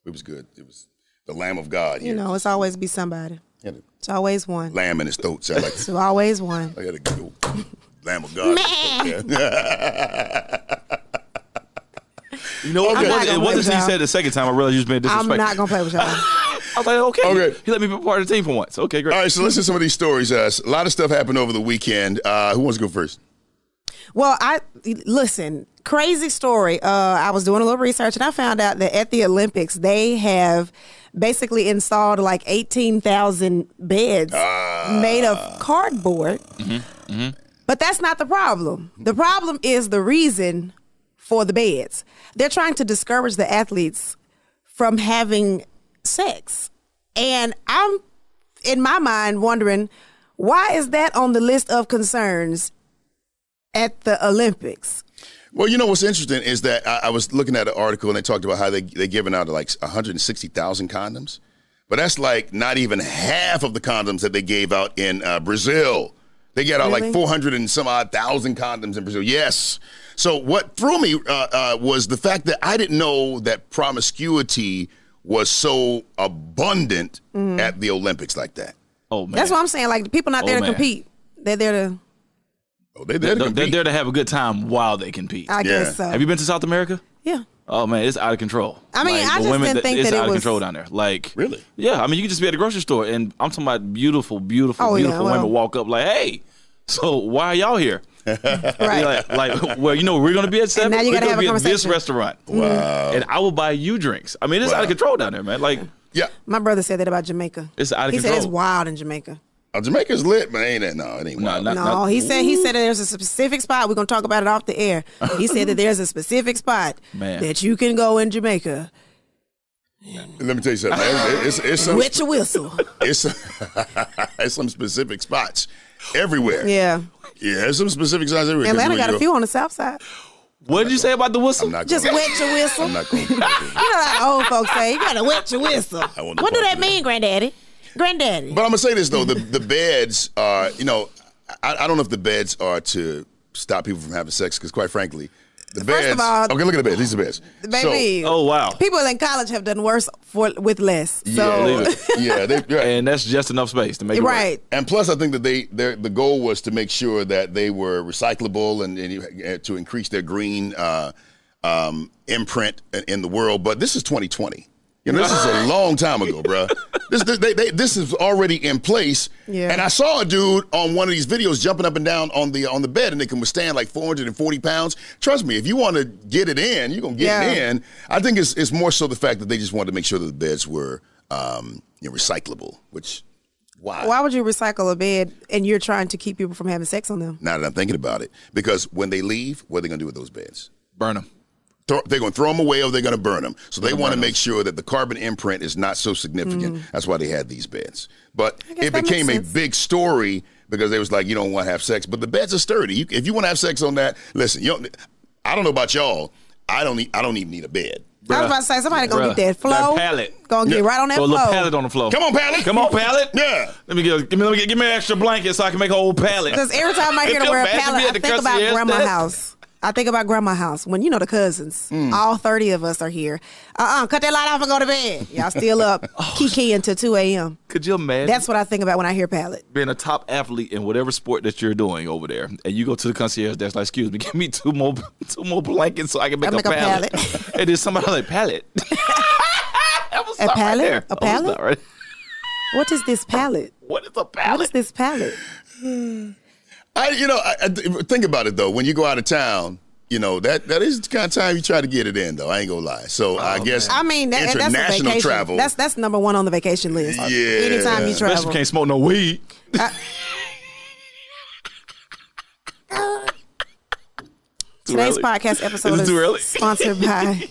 Speaker 2: it was good. It was the Lamb of God here.
Speaker 3: You know, it's always be somebody.
Speaker 2: Had a
Speaker 3: It's always one.
Speaker 2: lamb in his throat. So I like,
Speaker 3: It's always one.
Speaker 2: I got a good old Lamb of God. in his throat, yeah.
Speaker 1: You know, what?
Speaker 2: Okay.
Speaker 1: it wasn't,
Speaker 3: I'm not gonna
Speaker 1: it wasn't
Speaker 3: play
Speaker 1: until
Speaker 3: with
Speaker 1: you said it the second time I realized you was being
Speaker 3: I'm
Speaker 1: disrespectful.
Speaker 3: not gonna play with y'all.
Speaker 1: was like, okay,
Speaker 2: Okay.
Speaker 1: you let me be part of the team for once. Okay, great.
Speaker 2: All right, so let's hear some of these stories. Uh, a lot of stuff happened over the weekend. Uh, who wants to go first?
Speaker 3: Well, I listen. Crazy story. Uh, I was doing a little research and I found out that at the Olympics they have basically installed like eighteen thousand beds made of cardboard. But that's not the problem. The problem is the reason for the beds. They're trying to discourage the athletes from having sex, and I'm in my mind wondering why is that on the list of concerns at the Olympics.
Speaker 2: Well, you know what's interesting is that I, I was looking at an article and they talked about how they they giving out like 160,000 condoms, but that's like not even half of the condoms that they gave out in uh, Brazil. They got out like
Speaker 3: Really?
Speaker 2: 400 and some odd thousand condoms in Brazil. Yes. So what threw me uh, uh, was the fact that I didn't know that promiscuity was so abundant
Speaker 3: Mm.
Speaker 2: at the Olympics like that.
Speaker 1: Oh man,
Speaker 3: That's what I'm saying. Like the people not
Speaker 1: Oh,
Speaker 3: there to
Speaker 1: man.
Speaker 3: compete. They're there to.
Speaker 2: Oh, they, they're,
Speaker 1: they're,
Speaker 2: they're,
Speaker 1: they're there to have a good time while they compete.
Speaker 3: I
Speaker 2: Yeah.
Speaker 3: guess so.
Speaker 1: have you been to South America?
Speaker 3: yeah.
Speaker 1: Oh man, it's out of control.
Speaker 3: Oh. I mean, I
Speaker 1: the
Speaker 3: just didn't think
Speaker 1: it's
Speaker 3: that it
Speaker 1: out of
Speaker 3: was-
Speaker 1: control down there. Like,
Speaker 2: Really?
Speaker 1: Yeah, I mean, you can just be at the grocery store, and I'm talking about beautiful, beautiful,
Speaker 3: Oh, yeah,
Speaker 1: beautiful
Speaker 3: well-
Speaker 1: women walk up like, "Hey, so why are y'all here?"
Speaker 3: Right.
Speaker 1: like, like, well, you know, we're gonna be at seven.
Speaker 3: now you
Speaker 1: we're
Speaker 3: gotta
Speaker 1: gonna
Speaker 3: have a
Speaker 1: be at this
Speaker 3: conversation.
Speaker 1: restaurant. Wow. And I will buy you drinks. I mean, it's out of
Speaker 2: Wow.
Speaker 1: control down there, man. Like,
Speaker 2: yeah.
Speaker 3: My brother said that about Jamaica.
Speaker 1: It's out of
Speaker 3: he said it's
Speaker 1: control.
Speaker 3: wild in Jamaica.
Speaker 2: Oh, Jamaica's lit, but ain't it? No, it ain't.
Speaker 1: no,
Speaker 2: wild.
Speaker 1: not,
Speaker 3: No,
Speaker 1: not-
Speaker 3: he said he said that there's a specific spot. We're gonna talk about it off the air. He said that there's a specific spot
Speaker 1: Man.
Speaker 3: that you can go in Jamaica.
Speaker 2: Let me tell you something. Every- It's, it's, some,
Speaker 3: With a whistle.
Speaker 2: it's, it's some specific spots everywhere.
Speaker 3: Yeah.
Speaker 2: Yeah, there's some specific spots everywhere. 'Cause
Speaker 3: Atlanta
Speaker 2: when
Speaker 3: got a
Speaker 2: you
Speaker 3: few on the south side.
Speaker 1: What did you say about the whistle?
Speaker 2: I'm not
Speaker 3: Just
Speaker 2: gonna-
Speaker 3: wet your whistle.
Speaker 2: I'm not going
Speaker 3: You know how old folks say, you gotta wet your whistle.
Speaker 2: want to
Speaker 3: What do
Speaker 2: talk
Speaker 3: that
Speaker 2: to
Speaker 3: mean, granddaddy? Granddaddy.
Speaker 2: But I'm gonna say this though: the the beds are, you know, I, I don't know if the beds are to stop people from having sex because, quite frankly, the beds.
Speaker 3: of all-
Speaker 2: okay, look at the beds. These are beds.
Speaker 3: Baby.
Speaker 1: Oh wow.
Speaker 3: People in college have done worse for with less. So
Speaker 2: So, yeah,
Speaker 1: leave
Speaker 2: they- yeah, they, yeah.
Speaker 1: And that's just enough space to make it work.
Speaker 3: right.
Speaker 2: And plus, I think that they their, the goal was to make sure that they were recyclable and, and you- and to increase their green uh, um, imprint in- in the world. But this is 2020. You know, this is a long time ago, bruh. This they, they, this is already in place.
Speaker 3: Yeah.
Speaker 2: And I saw a dude on one of these videos jumping up and down on the on the bed, and it can withstand like 440 pounds. Trust me, if you want to get it in, you're gonna get it
Speaker 3: Yeah.
Speaker 2: in. I think it's it's more so the fact that they just wanted to make sure that the beds were um, you know, recyclable, which. Why?
Speaker 3: Why would you recycle a bed and you're trying to keep people from having sex on them?
Speaker 2: Now that I'm thinking about it, because when they leave, what are they going to do with those beds?
Speaker 1: Burn them.
Speaker 2: Throw, they're going to throw them away or they're going to burn them. So they want to make sure that the carbon imprint is not so significant. That's why they had these beds. But
Speaker 3: Mm. guess
Speaker 2: it
Speaker 3: that makes
Speaker 2: became a
Speaker 3: sense.
Speaker 2: big story because they was like, you don't want to have sex. But the beds are sturdy. You, if you want to have sex on that, listen, you don't, I don't know about y'all. I don't, need, I don't even need a bed.
Speaker 3: I was about to say somebody gonna
Speaker 1: Bruh.
Speaker 3: get that
Speaker 1: That
Speaker 3: flow.
Speaker 1: pallet.
Speaker 3: Gonna get right on that
Speaker 1: Throw a little pallet
Speaker 3: flow.
Speaker 1: on the floor.
Speaker 2: Come on, pallet.
Speaker 1: Come on, pallet.
Speaker 2: Yeah.
Speaker 1: Let me get give me let me get, give me an extra blanket so I can make a whole pallet.
Speaker 3: Because every time I hear
Speaker 1: Could
Speaker 3: the
Speaker 1: you
Speaker 3: word
Speaker 1: imagine
Speaker 3: pallet,
Speaker 1: being
Speaker 3: I
Speaker 1: the
Speaker 3: think about
Speaker 1: concierge
Speaker 3: grandma
Speaker 1: desk?
Speaker 3: house. I think about grandma house when you know the cousins.
Speaker 1: Mm.
Speaker 3: All thirty of us are here. Uh uh cut that light off and go to bed. Y'all still up
Speaker 1: Oh.
Speaker 3: kiki until two a.m.
Speaker 1: Could you imagine
Speaker 3: That's what I think about when I hear pallet.
Speaker 1: being a top athlete in whatever sport that you're doing over there, and you go to the concierge desk like, "Excuse me, give me two more two more blankets so I can make,
Speaker 3: I make a
Speaker 1: pallet."
Speaker 3: pallet.
Speaker 1: and then somebody like pallet. I was
Speaker 3: A
Speaker 1: not
Speaker 3: pallet?
Speaker 1: Right there.
Speaker 3: A
Speaker 1: I was
Speaker 3: pallet?
Speaker 1: not right-
Speaker 3: What is this pallet?
Speaker 1: What is a
Speaker 3: What is
Speaker 1: pallet?
Speaker 3: this pallet?
Speaker 2: I, you know, I, I th- think about it though. When you go out of town, you know that that is the kind of time you try to get it in, though. I ain't gonna lie. So I guess
Speaker 3: Oh, I mean, that, and that's a
Speaker 2: international
Speaker 3: vacation.
Speaker 2: travel.
Speaker 3: That's that's number one on the vacation list.
Speaker 2: Yeah.
Speaker 3: Anytime you
Speaker 1: Especially if
Speaker 3: travel,
Speaker 1: you can't smoke no weed.
Speaker 3: Today's
Speaker 1: early.
Speaker 3: podcast episode
Speaker 1: Is it
Speaker 3: is
Speaker 1: too early?
Speaker 3: sponsored by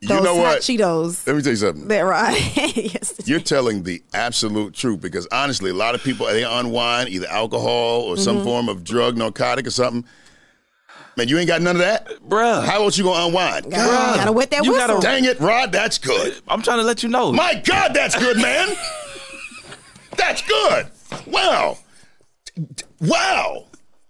Speaker 2: you
Speaker 3: those
Speaker 2: know
Speaker 3: hot
Speaker 2: what?
Speaker 3: Cheetos
Speaker 2: Let me tell you something.
Speaker 3: that right yesterday.
Speaker 2: You're telling the absolute truth because honestly, a lot of people they unwind either alcohol or
Speaker 3: Mm-hmm.
Speaker 2: some form of drug, narcotic, or something. Man, you ain't got none of that,
Speaker 1: Bruh.
Speaker 2: How else you gonna unwind?
Speaker 3: Gotta, gotta wet that
Speaker 1: you
Speaker 3: whistle.
Speaker 1: gotta-
Speaker 2: Dang it, Rod, that's good.
Speaker 1: I'm trying to let you know.
Speaker 2: My God, that's good, man. that's good. Wow. Wow.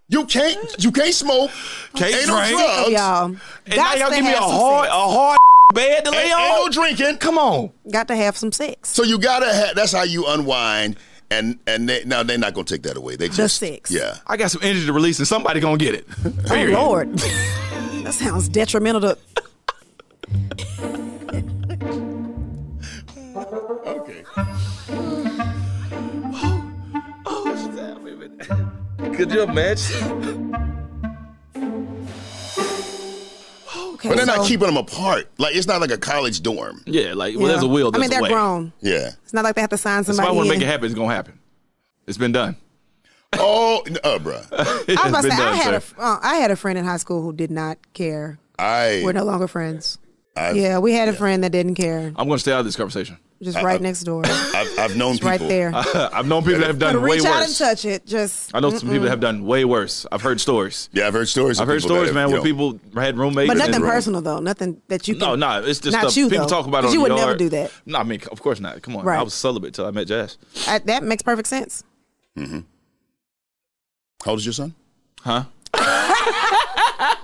Speaker 2: You can't you can't smoke.
Speaker 1: Can't
Speaker 2: ain't no
Speaker 1: drink.
Speaker 2: drugs.
Speaker 3: y'all.
Speaker 1: and now
Speaker 3: Gots
Speaker 1: y'all
Speaker 3: to
Speaker 1: give me a
Speaker 3: have some
Speaker 1: hard
Speaker 3: sex.
Speaker 1: a hard bed to lay
Speaker 2: Ain't, ain't no
Speaker 1: on.
Speaker 2: drinking.
Speaker 1: Come on.
Speaker 3: Got to have some sex.
Speaker 2: So you gotta have that's how you unwind and and they, now they're not gonna take that away. They just
Speaker 3: six.
Speaker 2: Yeah.
Speaker 1: I got some energy to release, and somebody gonna get it.
Speaker 3: Oh
Speaker 1: Period.
Speaker 3: Lord, that sounds detrimental to.
Speaker 1: Could you imagine?
Speaker 3: Okay,
Speaker 2: But they're
Speaker 3: so-
Speaker 2: not keeping them apart. Like it's not like a college dorm.
Speaker 1: Yeah, like well, there's a
Speaker 3: Yeah.
Speaker 1: will. There's
Speaker 3: I mean,
Speaker 1: a
Speaker 3: they're
Speaker 1: way.
Speaker 3: grown.
Speaker 2: Yeah.
Speaker 3: It's not like they have to sign
Speaker 1: If I
Speaker 3: somebody.
Speaker 1: want to
Speaker 3: in.
Speaker 1: make it happen, it's gonna happen. It's been done.
Speaker 2: Oh, n- uh, bruh.
Speaker 1: It's
Speaker 3: I was
Speaker 1: been
Speaker 3: about to say, I
Speaker 1: done,
Speaker 3: had,
Speaker 1: sir.
Speaker 3: a, fr- uh, I had a friend in high school who did not care. We're
Speaker 2: I
Speaker 3: no longer friends.
Speaker 2: I've,
Speaker 3: yeah, we had a friend that didn't care.
Speaker 1: I'm gonna stay out of this conversation.
Speaker 3: Just right next door.
Speaker 2: I've, I've known people.
Speaker 3: right there.
Speaker 1: I've known people that have
Speaker 3: But
Speaker 1: done way
Speaker 3: reach out and
Speaker 1: worse.
Speaker 3: touch it. Just
Speaker 1: I know some people that have done way worse. I've heard stories.
Speaker 2: Yeah, I've heard stories.
Speaker 1: I've
Speaker 2: of
Speaker 1: heard
Speaker 2: people that
Speaker 1: stories,
Speaker 2: have,
Speaker 1: man,
Speaker 2: you
Speaker 1: where
Speaker 2: know,
Speaker 1: people had roommates.
Speaker 3: but
Speaker 1: and-
Speaker 3: nothing
Speaker 2: bro.
Speaker 3: personal though. Nothing that you can
Speaker 1: No, no, it's just
Speaker 3: not
Speaker 1: stuff
Speaker 3: you,
Speaker 1: people
Speaker 3: though,
Speaker 1: talk about it
Speaker 3: 'cause
Speaker 1: on
Speaker 3: you
Speaker 1: the
Speaker 3: would never
Speaker 1: yard.
Speaker 3: do that.
Speaker 1: No, I mean, of course not. Come on,
Speaker 3: Right.
Speaker 1: I was celibate till I met Jazz.
Speaker 3: I- that makes perfect sense.
Speaker 2: How old is your son?
Speaker 1: Huh?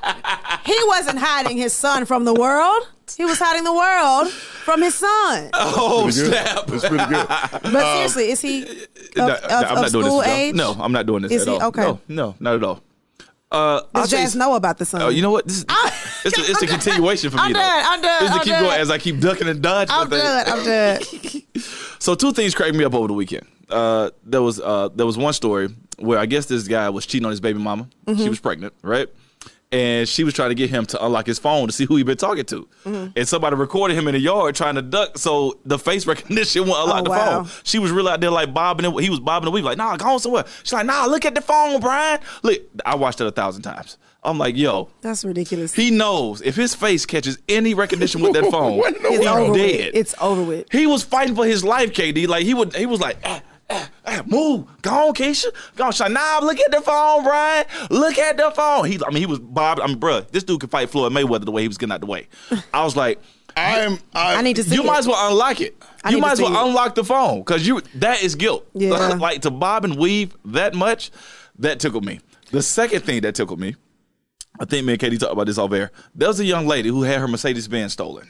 Speaker 3: He wasn't hiding his son from the world. He was hiding the world from his son.
Speaker 1: Oh snap!
Speaker 2: That's pretty good.
Speaker 3: But
Speaker 1: Uh,
Speaker 3: seriously, is he
Speaker 1: No,
Speaker 3: of,
Speaker 1: no,
Speaker 3: of-
Speaker 1: I'm
Speaker 3: of
Speaker 1: not doing
Speaker 3: school
Speaker 1: this. at all.
Speaker 3: age?
Speaker 1: No, I'm not doing this
Speaker 3: Is
Speaker 1: at
Speaker 3: he?
Speaker 1: all.
Speaker 3: Okay.
Speaker 1: No, no, not at all. Uh, I'll
Speaker 3: Does
Speaker 1: tell you
Speaker 3: Jazz know about the son?
Speaker 1: Oh, you know what? This is, it's, a, it's a continuation for me.
Speaker 3: I'm
Speaker 1: though.
Speaker 3: done, I'm done,
Speaker 1: It's to
Speaker 3: I'm
Speaker 1: keep
Speaker 3: done.
Speaker 1: going as I keep ducking and dodging.
Speaker 3: I'm
Speaker 1: with that.
Speaker 3: done. I'm done.
Speaker 1: So two things cracked me up over the weekend. Uh, there was uh, there was one story where I guess this guy was cheating on his baby mama. She was pregnant, right? And she was trying to get him to unlock his phone to see who he'd been talking to. And somebody recorded him in the yard trying to duck, so the face recognition won't unlock
Speaker 3: Oh,
Speaker 1: the
Speaker 3: wow.
Speaker 1: phone. She was real out there like bobbing. And, he was bobbing and weave like, "Nah, go on somewhere." She's like, "Nah, look at the phone, Brian." Look, I watched it a thousand times. I'm like, "Yo,
Speaker 3: That's ridiculous.
Speaker 1: he knows if his face catches any recognition with that phone,
Speaker 2: What in the
Speaker 1: he's
Speaker 3: it's over
Speaker 1: dead."
Speaker 3: with. It's over with.
Speaker 1: He was fighting for his life, KD. Like he would, he was like, ah, ah, ah, move, go on, Keisha, go on, Shana. Look at the phone, Brian. Look at the phone. He, I mean, he was Bob. I mean, bruh, this dude could fight Floyd Mayweather the way he was getting out the way. I was like,
Speaker 2: I'm. I'm
Speaker 3: I need to see.
Speaker 1: you
Speaker 3: it.
Speaker 1: might as well unlock it.
Speaker 3: I
Speaker 1: you
Speaker 3: need
Speaker 1: might
Speaker 3: to
Speaker 1: as well
Speaker 3: see it.
Speaker 1: unlock the phone because you that is guilt.
Speaker 3: Yeah.
Speaker 1: like to bob and weave that much, that tickled me. The second thing that tickled me, I think me and Katie talked about this off air. There was a young lady who had her Mercedes Benz stolen.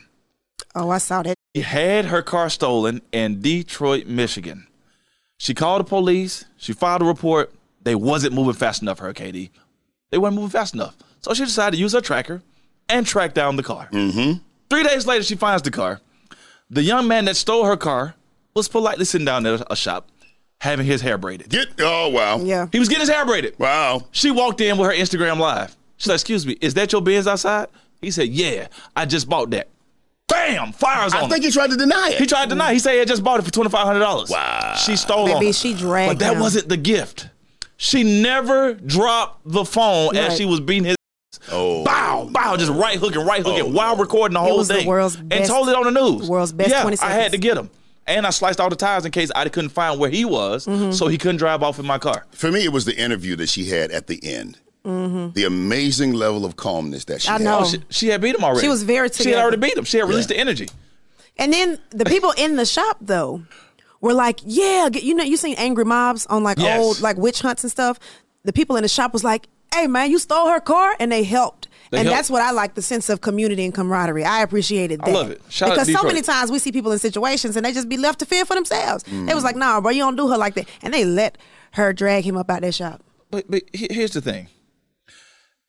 Speaker 3: Oh, I saw that.
Speaker 1: She had her car stolen in Detroit, Michigan. She called the police. She filed a report. They wasn't moving fast enough for her, KD. They weren't moving fast enough. So she decided to use her tracker and track down the car. Mm-hmm. Three days later, she finds the car. The young man that stole her car was politely sitting down at a shop having his hair braided.
Speaker 2: Get. Oh wow.
Speaker 3: Yeah.
Speaker 1: He was getting his hair braided.
Speaker 2: Wow.
Speaker 1: She walked in with her Instagram live. She's like, excuse me, is that your Benz outside? He said, yeah, I just bought that. Bam! Fires on
Speaker 2: I
Speaker 1: him.
Speaker 2: think he tried to deny it.
Speaker 1: He tried to deny. He said he had just bought it for twenty five hundred dollars.
Speaker 2: Wow.
Speaker 1: She stole
Speaker 3: Maybe
Speaker 1: on it.
Speaker 3: she dragged
Speaker 1: But that
Speaker 3: him.
Speaker 1: wasn't the gift. She never dropped the phone as
Speaker 3: Right.
Speaker 1: she was beating his.
Speaker 2: Oh.
Speaker 1: Bow, bow, just right hooking, right hooking while recording the whole
Speaker 3: was the
Speaker 1: thing.
Speaker 3: world's
Speaker 1: and
Speaker 3: best-
Speaker 1: told it on the news.
Speaker 3: the world's best
Speaker 1: yeah,
Speaker 3: 20
Speaker 1: I had
Speaker 3: seconds.
Speaker 1: to get him. And I sliced all the tires in case I couldn't find where he was,
Speaker 3: Mm-hmm.
Speaker 1: so he couldn't drive off in my car.
Speaker 2: For me, it was the interview that she had at the end. The amazing level of calmness that she
Speaker 3: Mm-hmm. I
Speaker 2: had.
Speaker 3: know.
Speaker 1: She, she had beat him already.
Speaker 3: Oh. She was very
Speaker 1: She had
Speaker 3: together.
Speaker 1: already beat him. She had released
Speaker 2: Yeah.
Speaker 1: the energy.
Speaker 3: And then the people in the shop though were like, "Yeah, get- you know, you seen angry mobs on like
Speaker 1: Yes.
Speaker 3: old like witch hunts and stuff." The people in the shop was like, "Hey man, you stole her car," and they helped.
Speaker 1: They
Speaker 3: and
Speaker 1: helped.
Speaker 3: that's what I like—the sense of community and camaraderie. I appreciated that.
Speaker 1: love it. Shout out
Speaker 3: because so
Speaker 1: Detroit.
Speaker 3: many times we see people in situations and they just be left to fend for themselves. They was like, "Nah, bro, you don't do her like that," and they let her drag him up out that shop.
Speaker 1: But but he- here's the thing.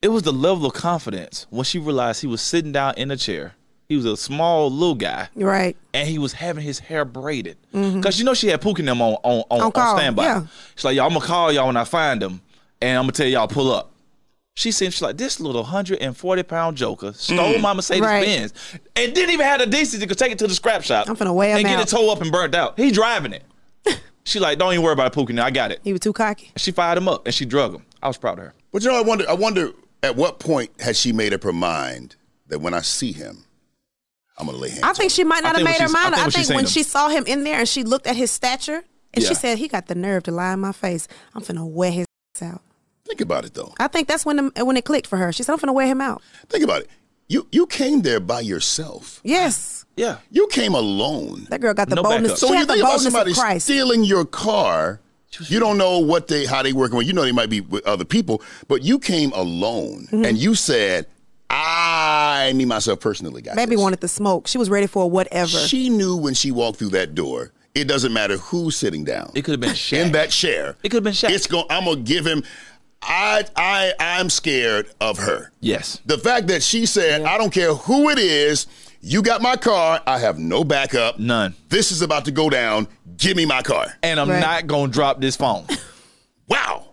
Speaker 1: It was the level of confidence when she realized he was sitting down in a chair. He was a small little guy,
Speaker 3: Right?
Speaker 1: and he was having his hair braided. Cause you know she had Pook and them on on, on, on
Speaker 3: Mm-hmm. call,
Speaker 1: standby.
Speaker 3: yeah.
Speaker 1: She's like, y'all, I'm gonna call y'all when I find them, and I'm gonna tell y'all pull up. She seems she's like this little hundred and forty pound joker stole my Mercedes
Speaker 3: Mm. Right.
Speaker 1: Benz and didn't even have the decency to take it to the scrap shop.
Speaker 3: I'm finna weigh him
Speaker 1: and get
Speaker 3: out.
Speaker 1: it towed up and burnt out. He driving it. she like, don't even worry about Pook and them. I got it.
Speaker 3: He was too cocky.
Speaker 1: She fired him up and she drug him. I was proud of her.
Speaker 2: But you know, I wonder. I wonder at what point has she made up her mind that when I see him, I'm gonna lay hands.
Speaker 3: I think she might not
Speaker 1: I think
Speaker 3: have made
Speaker 1: when
Speaker 3: her
Speaker 1: she's- I think
Speaker 3: mind. up. I
Speaker 1: when she's
Speaker 3: think
Speaker 1: seen
Speaker 3: when
Speaker 1: him.
Speaker 3: she saw him in there and she looked at his stature and
Speaker 1: Yeah.
Speaker 3: she said, "He got the nerve to lie in my face. I'm finna wear his ass out."
Speaker 2: think about it though.
Speaker 3: I think that's when the, when it clicked for her. She said, "I'm finna wear him out."
Speaker 2: Think about it. You you came there by yourself.
Speaker 3: Yes,
Speaker 1: Yeah.
Speaker 2: You came alone.
Speaker 3: that girl got the
Speaker 1: No
Speaker 3: boldness.
Speaker 1: backup.
Speaker 3: She
Speaker 2: So when you
Speaker 3: had the
Speaker 2: think about
Speaker 3: boldness of
Speaker 2: somebody
Speaker 3: Christ.
Speaker 2: stealing your car, you don't know what they how they working with. You know they might be with other people, but you came alone
Speaker 3: Mm-hmm.
Speaker 2: and you said, "I me myself personally got
Speaker 3: Baby
Speaker 2: this."
Speaker 3: wanted the smoke. She was ready for whatever.
Speaker 2: She knew when she walked through that door. It doesn't matter who's sitting down
Speaker 1: It could have been Shaq.
Speaker 2: in that chair.
Speaker 1: It could've been Shaq.
Speaker 2: It's going. I'm gonna give him. I I I'm scared of her.
Speaker 1: Yes.
Speaker 2: The fact that she said, I don't care who it is, you got my car, I have no backup.
Speaker 1: None.
Speaker 2: This is about to go down. Give me my car.
Speaker 1: And I'm
Speaker 3: Right.
Speaker 1: not gonna drop this phone.
Speaker 2: Wow.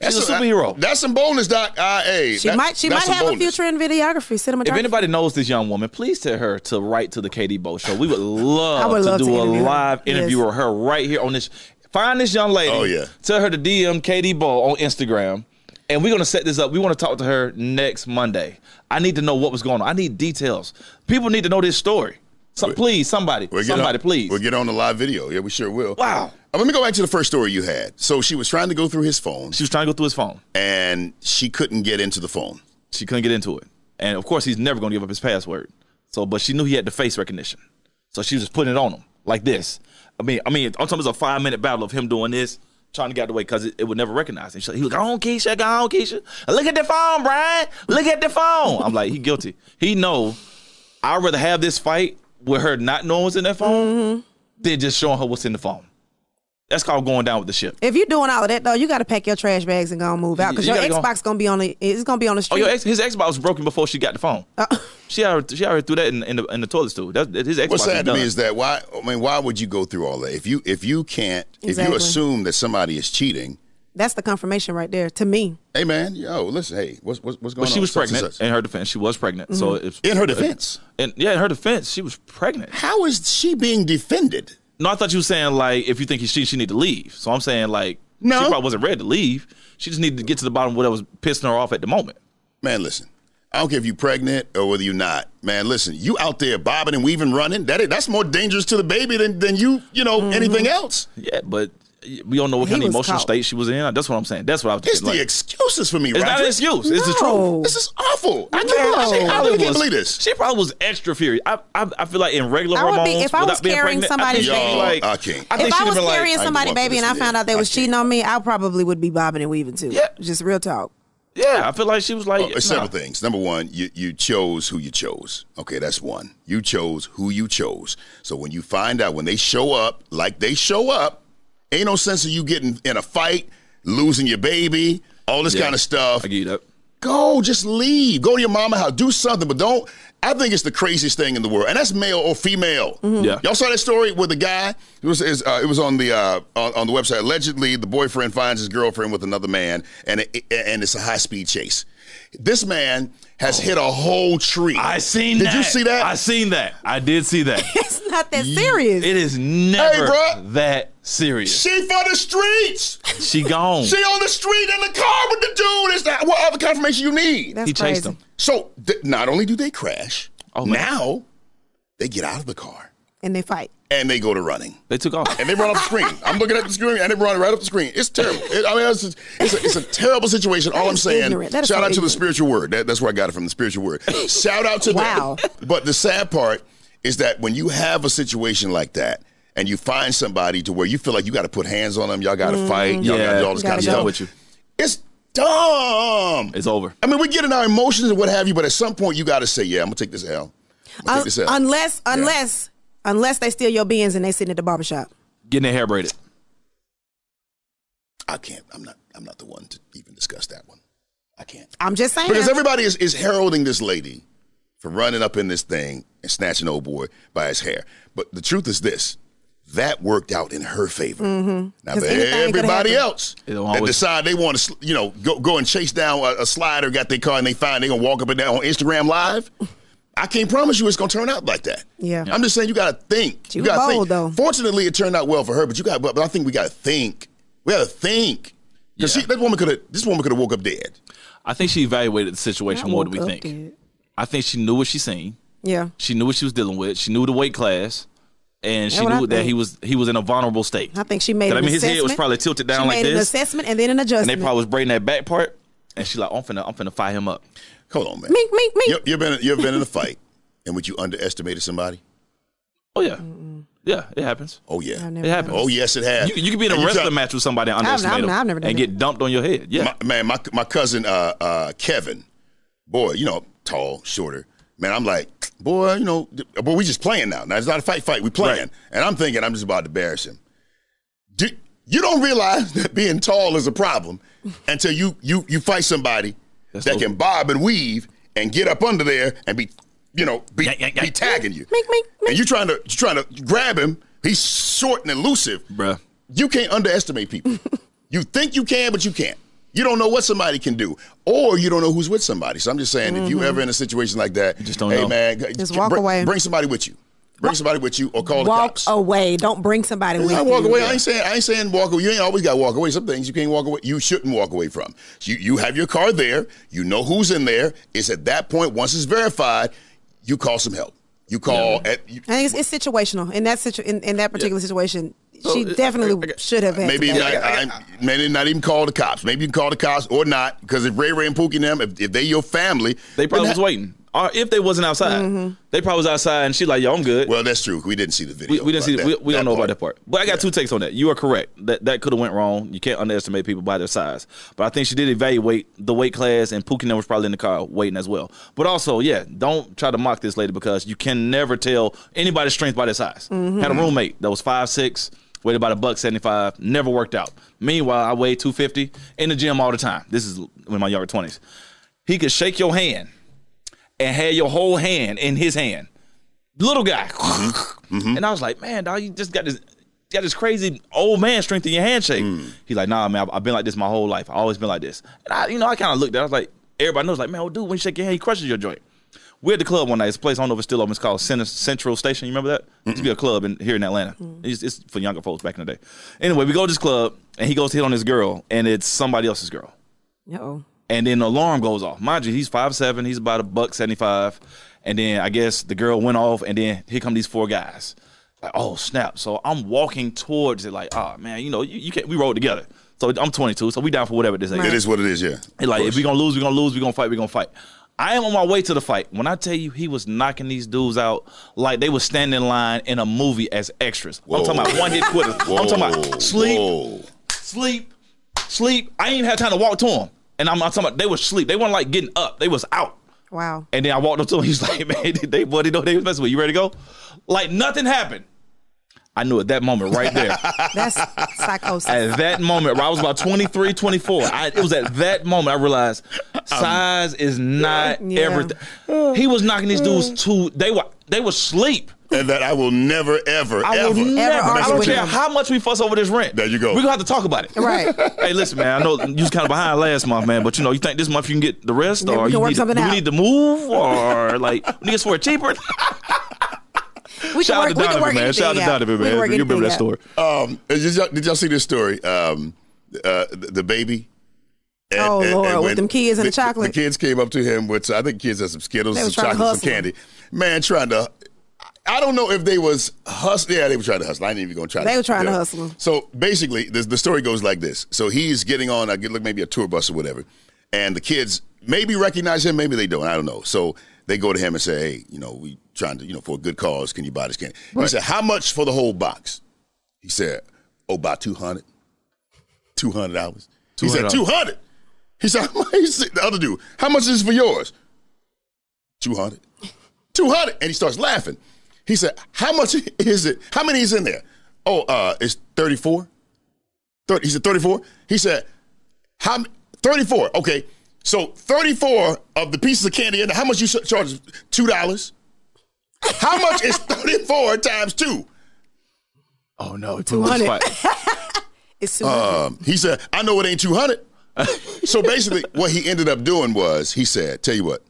Speaker 1: She's a superhero.
Speaker 2: that's some boldness, Doc. I, hey,
Speaker 3: She
Speaker 2: that-
Speaker 3: might she might
Speaker 2: that's some
Speaker 3: have a
Speaker 2: boldness.
Speaker 3: future in videography, cinematography.
Speaker 1: if anybody knows this young woman, please tell her to write to the Katie Bo show. We would
Speaker 3: I
Speaker 1: love
Speaker 3: would
Speaker 1: to
Speaker 3: love
Speaker 1: do
Speaker 3: to
Speaker 1: a
Speaker 3: interview her.
Speaker 1: live interview
Speaker 3: Yes.
Speaker 1: with her right here on this. Find this young lady.
Speaker 2: Oh, yeah.
Speaker 1: Tell her to DM Katie Bo on Instagram. And we're gonna set this up. We want to talk to her next Monday. I need to know what was going on. I need details. People need to know this story. So, please, somebody,
Speaker 2: We'll get
Speaker 1: somebody,
Speaker 2: on,
Speaker 1: please.
Speaker 2: We'll get on the live video. Yeah, we sure will.
Speaker 1: Wow.
Speaker 2: Uh, let me go back to the first story you had. So she was trying to go through his phone,
Speaker 1: she was trying to go through his phone.
Speaker 2: and she couldn't get into the phone.
Speaker 1: She couldn't get into it. And of course, he's never going to give up his password. So, but she knew he had the face recognition. So she was just putting it on him like this. I mean, I mean, I'm talking about a five minute battle of him doing this, trying to get out of the way because it, it would never recognize him. She- He was like, go on, Keisha, go on, Keisha. Look at the phone, Brian. Look at the phone. I'm like, he guilty. He know I'd rather have this fight with her not knowing what's in that phone than just showing her what's in the phone. That's called going down with the ship.
Speaker 3: if you're doing all of that though, you got to pack your trash bags and go and move out because
Speaker 1: You
Speaker 3: your
Speaker 1: gotta go-
Speaker 3: Xbox gonna be on the it's gonna be on the
Speaker 1: Oh,
Speaker 3: street. Uh,
Speaker 1: your ex, his Xbox was broken before she got the phone. she already, she already threw that in, in the in the toilet stool. That, that- his Xbox.
Speaker 2: What's sad to
Speaker 1: done.
Speaker 2: me is that why? I mean, why would you go through all that if you if you can't if you
Speaker 3: Exactly.
Speaker 2: assume that somebody is cheating?
Speaker 3: That's the confirmation right there to me.
Speaker 2: Hey man, yo, listen, hey, what's what's, what's going
Speaker 1: but
Speaker 2: on?
Speaker 1: she was
Speaker 2: Such and
Speaker 1: pregnant.
Speaker 2: such. Mm-hmm.
Speaker 1: In her defense, she was pregnant. So it's
Speaker 2: In her defense,
Speaker 1: and uh, yeah, in her defense, she was pregnant.
Speaker 2: how is she being defended?
Speaker 1: No, I thought you were saying like if you think he's cheating, she need to leave. So I'm saying like
Speaker 2: No.
Speaker 1: she probably wasn't ready to leave. She just needed to get to the bottom of what was pissing her off at the moment.
Speaker 2: Man, listen. I don't care if you're pregnant or whether you're not. Man, listen, you out there bobbing and weaving, running. That is, that's more dangerous to the baby than, than you, you know,
Speaker 1: Mm-hmm.
Speaker 2: anything else.
Speaker 1: Yeah, but we don't know what
Speaker 3: He
Speaker 1: kind of
Speaker 3: was
Speaker 1: emotional
Speaker 3: caught.
Speaker 1: state she was in. That's what I'm saying. That's what I was.
Speaker 2: It's
Speaker 1: thinking,
Speaker 2: the
Speaker 1: like,
Speaker 2: excuses for me,
Speaker 1: it's
Speaker 2: Roger.
Speaker 1: not an excuse. It's the truth.
Speaker 3: No.
Speaker 2: This is awful. I can't, I
Speaker 3: No.
Speaker 2: can't- I really can't
Speaker 1: was-
Speaker 2: believe this.
Speaker 1: She probably was extra furious. I, I, I feel like in regular
Speaker 3: I would be-
Speaker 1: hormones,
Speaker 3: if I was
Speaker 1: without being
Speaker 3: carrying
Speaker 1: pregnant,
Speaker 3: somebody's
Speaker 1: I think she'd be
Speaker 2: baby-
Speaker 1: like,
Speaker 2: I can't.
Speaker 1: think
Speaker 3: if
Speaker 1: she'd
Speaker 3: I
Speaker 1: have
Speaker 3: was
Speaker 1: been like,
Speaker 3: carrying
Speaker 2: I
Speaker 3: somebody,
Speaker 2: grew up with
Speaker 3: baby, and
Speaker 2: this
Speaker 3: I
Speaker 2: man.
Speaker 3: found out they
Speaker 2: I
Speaker 3: was
Speaker 2: can't.
Speaker 3: cheating on me, I probably would be bobbing and weaving too.
Speaker 1: Yeah.
Speaker 3: just real talk.
Speaker 1: yeah, I feel like she was like,
Speaker 2: Oh, it's
Speaker 1: nah.
Speaker 2: several things. Number one, you, you chose who you chose. Okay, that's one. You chose who you chose. So when you find out, when they show up, like they show up, ain't no sense of you getting in a fight, losing your baby, all this
Speaker 1: Yeah.
Speaker 2: kind of stuff.
Speaker 1: I give you that.
Speaker 2: Go, just leave. Go to your mama house, do something, but don't. I think it's the craziest thing in the world, and that's male or female.
Speaker 1: Yeah.
Speaker 2: y'all saw that story with the guy. It was is, uh, it was on the uh, on, on the website. Allegedly, the boyfriend finds his girlfriend with another man, and it, and it's a high speed chase. This man has hit a whole tree.
Speaker 1: I seen
Speaker 2: Did
Speaker 1: that.
Speaker 2: you see that?
Speaker 1: I seen that. I did see that.
Speaker 3: It's not that serious.
Speaker 1: it is never
Speaker 2: bruh.
Speaker 1: that serious.
Speaker 2: she for the streets.
Speaker 1: She gone.
Speaker 2: she on the street in the car with the dude. Is that what other confirmation you need?
Speaker 3: That's
Speaker 1: he chased
Speaker 3: crazy.
Speaker 1: him.
Speaker 2: So th- not only do they crash,
Speaker 1: Oh, man.
Speaker 2: now they get out of the car
Speaker 3: and they fight.
Speaker 2: and they go to running.
Speaker 1: They took off.
Speaker 2: And they run up the screen. I'm looking at the screen, and they run right up the screen. It's terrible. It- I mean, it's, just- it's, a, it's a terrible situation. All
Speaker 3: That
Speaker 2: I'm
Speaker 3: is
Speaker 2: saying,
Speaker 3: ignorant. That
Speaker 2: shout out
Speaker 3: is
Speaker 2: to
Speaker 3: so
Speaker 2: the
Speaker 3: ignorant.
Speaker 2: spiritual word. That, that's where I got it from, the spiritual word. Shout out to
Speaker 3: Wow.
Speaker 2: them. But the sad part is that when you have a situation like that, and you find somebody to where you feel like you got to put hands on them, y'all got to fight, y'all got to
Speaker 1: Yeah.
Speaker 2: do all this
Speaker 3: You
Speaker 2: kind of
Speaker 3: Mm, gotta
Speaker 2: stuff.
Speaker 3: go.
Speaker 1: With you.
Speaker 2: It's dumb.
Speaker 1: It's over.
Speaker 2: I mean, we get in our emotions and what have you, but at some point you got to say, "Yeah, I'm gonna take this L. I'm gonna take
Speaker 3: Un-
Speaker 2: this L."
Speaker 3: unless, unless, unless they steal your beans and they sitting at the barbershop.
Speaker 1: Getting their hair braided.
Speaker 2: I can't. I'm not. I'm not the one to even discuss that one. I can't
Speaker 3: I'm just saying.
Speaker 2: because everybody is, is heralding this lady for running up in this thing and snatching old boy by his hair. But the truth is this: that worked out in her favor. Now
Speaker 3: Mm-hmm. 'Cause
Speaker 2: that
Speaker 3: anything could
Speaker 2: everybody
Speaker 3: happen.
Speaker 2: else
Speaker 1: It'll
Speaker 2: that
Speaker 1: always-
Speaker 2: decide they want to, you know, go go and chase down a, a slider, got their car, and they find they gonna walk up and down on Instagram Live. I can't promise you it's gonna turn out like that.
Speaker 3: Yeah.
Speaker 2: I'm just saying you gotta think.
Speaker 3: She
Speaker 2: you
Speaker 3: was
Speaker 2: gotta think.
Speaker 3: bold, though.
Speaker 2: Fortunately, it turned out well for her, but you got. But, but I think we gotta think. We gotta think. Because
Speaker 1: Yeah.
Speaker 2: that woman could have. This woman could have woke up dead.
Speaker 1: I think she evaluated the situation more than we
Speaker 3: Woke up
Speaker 1: think.
Speaker 3: dead.
Speaker 1: I think she knew what she seen.
Speaker 3: Yeah.
Speaker 1: She knew what she was dealing with. She knew the weight class, and she
Speaker 3: what I
Speaker 1: knew that
Speaker 3: think.
Speaker 1: he was he was in a vulnerable state.
Speaker 3: I think she made.
Speaker 1: I
Speaker 3: an
Speaker 1: mean, his head was
Speaker 3: assessment.
Speaker 1: probably tilted
Speaker 3: She
Speaker 1: down like
Speaker 3: made an
Speaker 1: this,
Speaker 3: assessment and then an
Speaker 1: and they
Speaker 3: adjustment.
Speaker 1: probably was braiding that back part. And she like, "Oh, I'm finna, I'm finna fire him up.
Speaker 2: Hold on, man.
Speaker 3: mink, mink, mink.
Speaker 2: You, you've been you've been in a fight in which you underestimated somebody.
Speaker 1: Oh yeah, yeah, it happens.
Speaker 2: Oh yeah,
Speaker 3: I've
Speaker 1: It
Speaker 3: never
Speaker 1: happened.
Speaker 3: done
Speaker 2: oh yes, it has.
Speaker 1: You, you could be in a
Speaker 2: And you
Speaker 1: wrestling
Speaker 2: try-
Speaker 1: match with somebody and
Speaker 3: I've-
Speaker 1: underestimate
Speaker 3: I've-
Speaker 1: 'em
Speaker 3: I've never done
Speaker 1: and
Speaker 3: that.
Speaker 1: get dumped on your head. Yeah,
Speaker 2: My, man, my my cousin uh, uh, Kevin, boy, you know, tall, shorter. Man, I'm like, boy, you know, d- boy, we just playing now. Now it's not a fight, fight. We playing,
Speaker 1: Right.
Speaker 2: and I'm thinking I'm just about to embarrass him. Do, you don't realize that being tall is a problem until you you you fight somebody
Speaker 1: That's
Speaker 2: that
Speaker 1: dope.
Speaker 2: can bob and weave and get up under there and be you know be,
Speaker 1: Yeah, yeah, yeah.
Speaker 2: be tagging you.
Speaker 3: Mink, mink, mink.
Speaker 2: and you're trying to you're trying to grab him. He's short and elusive.
Speaker 1: Bruh.
Speaker 2: You can't underestimate people. you think you can, but you can't. You don't know what somebody can do, or you don't know who's with somebody. So I'm just saying, if you ever in a situation like that,
Speaker 1: just don't
Speaker 2: hey
Speaker 1: know.
Speaker 2: man, g-
Speaker 3: Mm-hmm. Just
Speaker 2: g-
Speaker 3: walk
Speaker 2: bring,
Speaker 3: away.
Speaker 2: Bring somebody with you. Bring somebody with you, or call the
Speaker 3: Walk
Speaker 2: cops.
Speaker 3: away. Don't bring somebody with
Speaker 2: I
Speaker 3: you.
Speaker 2: walk away. I ain't saying I ain't saying walk away. You ain't always got to walk away. Some things you can't walk away. You shouldn't walk away from. You you have your car there. You know who's in there. It's at that point once it's verified, you call some help. You call at you,
Speaker 3: I think it's, it's situational in that situ- in, in that particular situation. She
Speaker 1: it-
Speaker 3: definitely
Speaker 1: I- I-
Speaker 3: should have. had
Speaker 2: maybe
Speaker 3: to go.
Speaker 2: not. I'm, maybe not even call the cops. Maybe you can call the cops or not because if Ray Ray and Pookie and them, if, if they your family,
Speaker 1: They probably
Speaker 2: then
Speaker 1: was waiting. Or if they wasn't outside,
Speaker 3: Mm-hmm.
Speaker 1: they probably was outside and she like, yo, I'm good.
Speaker 2: Well, that's true. We didn't see the video.
Speaker 1: we, we didn't see.
Speaker 2: but
Speaker 1: we,
Speaker 2: that-
Speaker 1: we don't know
Speaker 2: part.
Speaker 1: about that part. But I got two takes on that. You are correct. That that could have went wrong. You can't underestimate people by their size. But I think she did evaluate the weight class, and Pookie was probably in the car waiting as well. But also, yeah, don't try to mock this lady because you can never tell anybody's strength by their size.
Speaker 2: Mm-hmm.
Speaker 1: Had a roommate that was five six. Weighed about a buck seventy five, never worked out. Meanwhile, I weighed two fifty in the gym all the time. This is in my yard twenties. He could shake your hand and had your whole hand in his hand. Little guy. And I was like, man, dog, you just got this got this crazy old man strength in your handshake. He's like, nah, man, I've, I've been like this my whole life. i always been like this. And I, you know, I kind of looked at it. I was like, everybody knows, like, man, oh, dude, when you shake your hand, he crushes your joint. We're at the club one night. It's a place I don't know if it's still open. It's called Center, Central Station. You remember that? It used to be a club in, here in Atlanta. It's, it's for younger folks back in the day. Anyway, we go to this club, and he goes to hit on this girl, and it's somebody else's girl
Speaker 3: Uh-oh.
Speaker 1: and then the alarm goes off. Mind you, he's five seven. He's about a buck seventy five. And then I guess the girl went off, and then here come these four guys. Like, oh snap! So I'm walking towards it, like, oh man, you know, you, you can't. We rode together, so I'm 22, so we down for whatever this is.
Speaker 2: It is what it is. Yeah.
Speaker 1: And like, if we gonna lose, we gonna lose. We gonna fight. We gonna fight. I am on my way to the fight. When I tell you he was knocking these dudes out like they was standing in line in a movie as extras. I'm talking about
Speaker 2: Whoa.
Speaker 1: one hit quitters. I'm talking about sleep,
Speaker 2: Whoa.
Speaker 1: sleep, sleep. I ain't even had time to walk to him. And I'm, I'm talking about they was sleep. They weren't like getting up. They was out.
Speaker 3: Wow.
Speaker 1: And then I walked up to him. He's like, man, they boy, they know they was messing with you. Ready to go? Like nothing happened. I knew at that moment right there.
Speaker 3: That's psychosis.
Speaker 1: at that moment, I was about 23, 24. I, it was at that moment I realized
Speaker 2: Um,
Speaker 1: size is not
Speaker 3: Yeah.
Speaker 1: everything. He was knocking these dudes to they were they were sleep.
Speaker 2: And that I will never, ever,
Speaker 1: I
Speaker 2: ever.
Speaker 1: will never. I
Speaker 3: Ever argue
Speaker 1: don't
Speaker 3: with
Speaker 1: care
Speaker 3: him.
Speaker 1: how much we fuss over this rent.
Speaker 2: There you go.
Speaker 1: We're gonna have to talk about it.
Speaker 3: Right.
Speaker 1: hey, listen, man. I know you was kind of behind last month, man. But you know, you think this month you can get the rest,
Speaker 3: Maybe we
Speaker 1: or
Speaker 3: can
Speaker 1: you
Speaker 3: work
Speaker 1: need, to-
Speaker 3: something
Speaker 1: do we
Speaker 3: out.
Speaker 1: need to move, or like we need to swear cheaper.
Speaker 3: We
Speaker 1: Shout out to
Speaker 3: can work, we can work
Speaker 1: Donovan, man.
Speaker 3: anything
Speaker 1: Shout out to
Speaker 3: out.
Speaker 1: Donovan,
Speaker 3: We can work
Speaker 1: man. You remember
Speaker 3: anything
Speaker 1: that
Speaker 3: out.
Speaker 1: story?
Speaker 2: Um, did y'all, did y'all see this story? Um, uh, the, the baby. And-
Speaker 3: Oh, Lord, with
Speaker 2: when
Speaker 3: them kids and the chocolate.
Speaker 2: The kids came up to him with I think kids had some Skittles,
Speaker 3: They
Speaker 2: some
Speaker 3: was trying to
Speaker 2: chocolate, some
Speaker 3: hustle him.
Speaker 2: candy. Man, trying to. I don't know if they was hustling. Yeah, they were trying to hustle. I ain't even gonna try.
Speaker 3: They
Speaker 2: to,
Speaker 3: were trying to
Speaker 2: yeah.
Speaker 3: hustle him.
Speaker 2: So basically, the, the story goes like this. So he's getting on, I get like maybe a tour bus or whatever, and the kids maybe recognize him, maybe they don't. I don't know. So they go to him and say, "Hey, you know, we trying to, you know, for a good cause, can you buy this candy?" He said, "How much for the whole box?" He said, "Oh, about 200 200 dollars." He said,
Speaker 1: $200.
Speaker 2: 200 He said, how much? He said- the other dude, how much is this for yours? 200 200 And he starts laughing. He said, how much is it? How many is in there? Oh, uh, it's 34. 30, he said, 34? He said, how, m- 34. Okay. So 34 of the pieces of candy in there, how much you s- charge? $2. How much is 34 times 2?
Speaker 1: Oh no, two hundred.
Speaker 3: It's too
Speaker 1: Uh,
Speaker 2: Um, he said, I know it ain't 200. so basically, what he ended up doing was he said, Tell you what,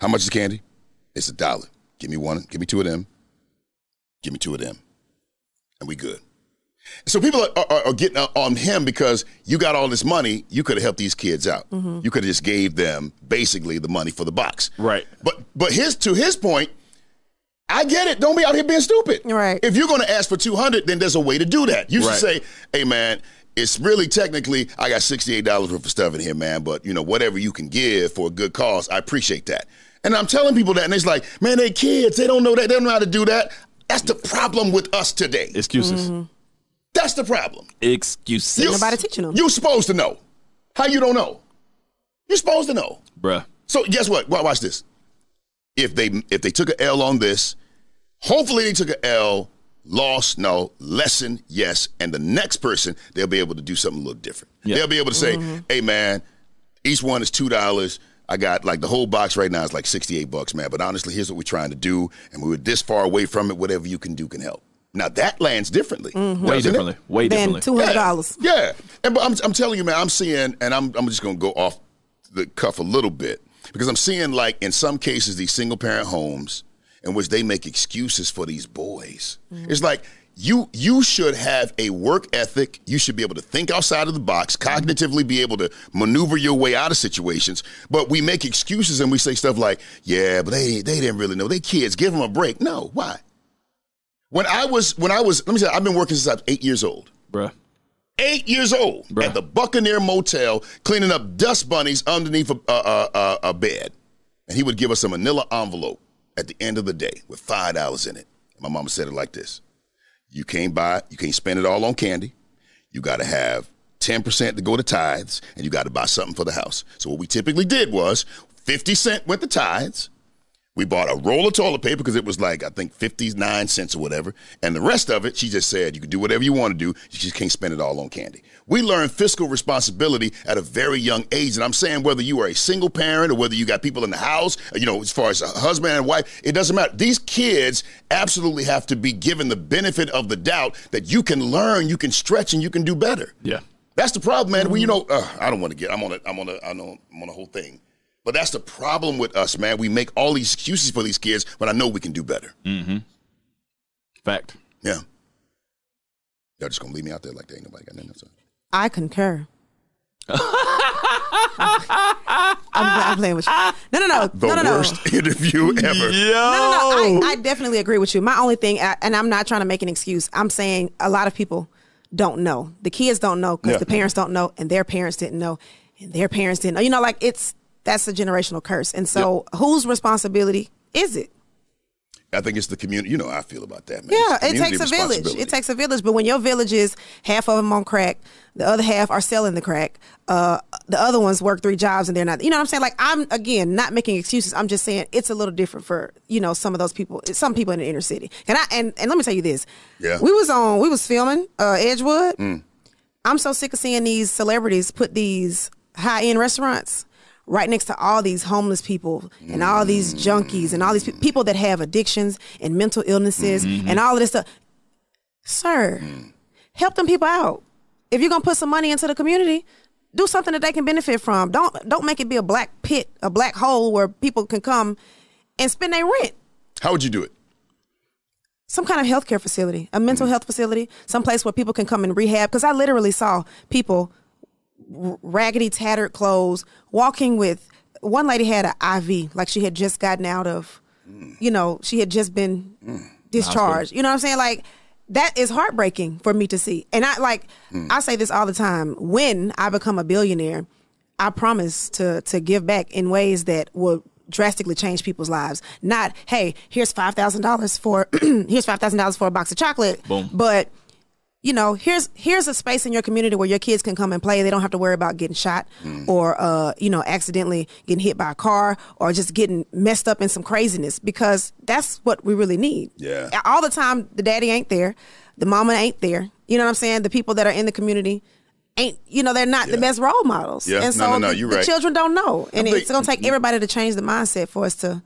Speaker 2: how much is candy? It's a dollar. Give me one, give me two of them, give me two of them, and we good. So people are, are, are getting on him because you got all this money. You could have helped these kids out.
Speaker 1: Mm-hmm.
Speaker 2: You could have just gave them basically the money for the box.
Speaker 1: Right.
Speaker 2: But but his to his point, I get it. Don't be out here being stupid.
Speaker 3: Right.
Speaker 2: If you're going to ask for 200, then there's a way to do that. You should
Speaker 1: Right.
Speaker 2: say, hey, man, it's really technically, I got $68 worth of stuff in here, man, but, you know, whatever you can give for a good cause, I appreciate that. And I'm telling people that, and it's like, man, they kids, they don't know that, they don't know how to do that. That's the problem with us today.
Speaker 1: Excuses.
Speaker 3: Mm-hmm.
Speaker 2: That's the problem.
Speaker 1: Excuses,
Speaker 2: You-
Speaker 3: nobody teaching 'em.
Speaker 2: You supposed to know. How you don't know? You're supposed to know.
Speaker 1: bruh.
Speaker 2: So guess what? Wa- Watch this. If they if they took an L on this, hopefully they took an L, loss, no, lesson, yes, and the next person they'll be able to do something a little different.
Speaker 1: Yeah.
Speaker 2: They'll be able to say, "Hey man, each one is two dollars." I got like the whole box right now is like sixty-eight bucks, man. But honestly, here's what we're trying to do, and we were this far away from it. Whatever you can do can help. Now that lands differently.
Speaker 1: Way
Speaker 2: doesn't it?
Speaker 1: differently. Way
Speaker 3: Than
Speaker 1: differently.
Speaker 3: two hundred dollars.
Speaker 2: Yeah. yeah. And but I'm, I'm telling you, man, I'm seeing, and I'm, I'm just going to go off the cuff a little bit because I'm seeing, like, in some cases, these single parent homes in which they make excuses for these boys. It's like, you, you should have a work ethic. You should be able to think outside of the box, cognitively be able to maneuver your way out of situations. But we make excuses and we say stuff like, yeah, but they, they didn't really know. They kids, give them a break. No, why? When I was, when I was, let me say, I've been working since I was eight years old
Speaker 1: Bruh.
Speaker 2: eight years old
Speaker 1: Bruh.
Speaker 2: at the Buccaneer Motel cleaning up dust bunnies underneath a, a, a, a- a bed. And he would give us a manila envelope at the end of the day with five dollars in it. My mama said it like this You can't buy, you can't spend it all on candy. You got to have 10% to go to tithes, and you got to buy something for the house. So what we typically did was 50 cent went to tithes. We bought a roll of toilet paper because it was like, I think 59 cents or whatever. And the rest of it, she just said, you can do whatever you want to do. You just can't spend it all on candy. We learn fiscal responsibility at a very young age. And I'm saying whether you are a single parent or whether you got people in the house, you know, as far as a husband and wife, it doesn't matter. These kids absolutely have to be given the benefit of the doubt that you can learn, you can stretch, and you can do better.
Speaker 1: Yeah.
Speaker 2: That's the problem, man. We, you
Speaker 3: Mm-hmm.
Speaker 2: know, uh, I don't want to get. I'm on a. I'm on a. I know. I'm on a whole thing. But that's the problem with us, man. We make all these excuses for these kids when I know we can do better.
Speaker 3: Mm-hmm.
Speaker 1: Fact.
Speaker 2: Yeah. Y'all just gonna leave me out there like there ain't nobody got nothing else.
Speaker 3: I concur. I'm, I'm playing with you. No, no, no,
Speaker 2: The
Speaker 3: no, no, no.
Speaker 2: worst interview ever.
Speaker 3: No, no, no.
Speaker 1: Oh.
Speaker 3: I, I definitely agree with you. My only thing, I- and I'm not trying to make an excuse. I'm saying a lot of people don't know. The kids don't know because
Speaker 2: Yeah.
Speaker 3: the parents don't know, and their parents didn't know, and their parents didn't know. You know, like it's that's a generational curse. And so, whose responsibility is it?
Speaker 2: I think it's the community. You know how I feel about that, man. It's
Speaker 3: Yeah, it
Speaker 2: community
Speaker 3: takes a village. It
Speaker 2: responsibility.
Speaker 3: takes a village. But when your village is half of them on crack, the other half are selling the crack. Uh, the other ones work three jobs and they're not. You know what I'm saying? Like I'm again not making excuses. I'm just saying it's a little different for you know some of those people. Some people in the inner city. And I and, and let me tell you this.
Speaker 2: Yeah.
Speaker 3: we was on. We was filming uh, Edgewood. I'm so sick of seeing these celebrities put these high end restaurants right next to all these homeless people and all these junkies and all these pe- people that have addictions and mental illnesses and all of this stuff. Sir, help them people out. If you're gonna put some money into the community, do something that they can benefit from. Don't don't make it be a black pit, a black hole where people can come and spend their rent
Speaker 2: How would you do it?
Speaker 3: some kind of healthcare facility, a mental health facility, some place where people can come and rehab. Because I literally saw people r- raggedy, tattered clothes walking with. One lady had an IV, like she had just gotten out of, you know, she had just been discharged. You know what I'm saying? Like that is heartbreaking for me to see. And I like I say this all the time. When I become a billionaire, I promise to to give back in ways that will drastically change people's lives. Not, hey, here's five thousand dollars for here's five thousand dollars for a box of chocolate.
Speaker 1: Boom.
Speaker 3: But you know, here's here's a space in your community where your kids can come and play. They don't have to worry about getting shot
Speaker 2: Mm.
Speaker 3: or uh, you know, accidentally getting hit by a car or just getting messed up in some craziness because that's what we really need.
Speaker 2: Yeah.
Speaker 3: All the time the daddy ain't there, the mama ain't there. You know what I'm saying? The people that are in the community ain't you know, they're not the
Speaker 2: Yeah.
Speaker 3: best role models.
Speaker 2: Yeah.
Speaker 3: And
Speaker 2: No,
Speaker 3: so
Speaker 2: no, no,
Speaker 3: the,
Speaker 2: you're
Speaker 3: the
Speaker 2: right.
Speaker 3: children don't know. And
Speaker 2: I think-
Speaker 3: it's gonna take everybody to change the mindset for us to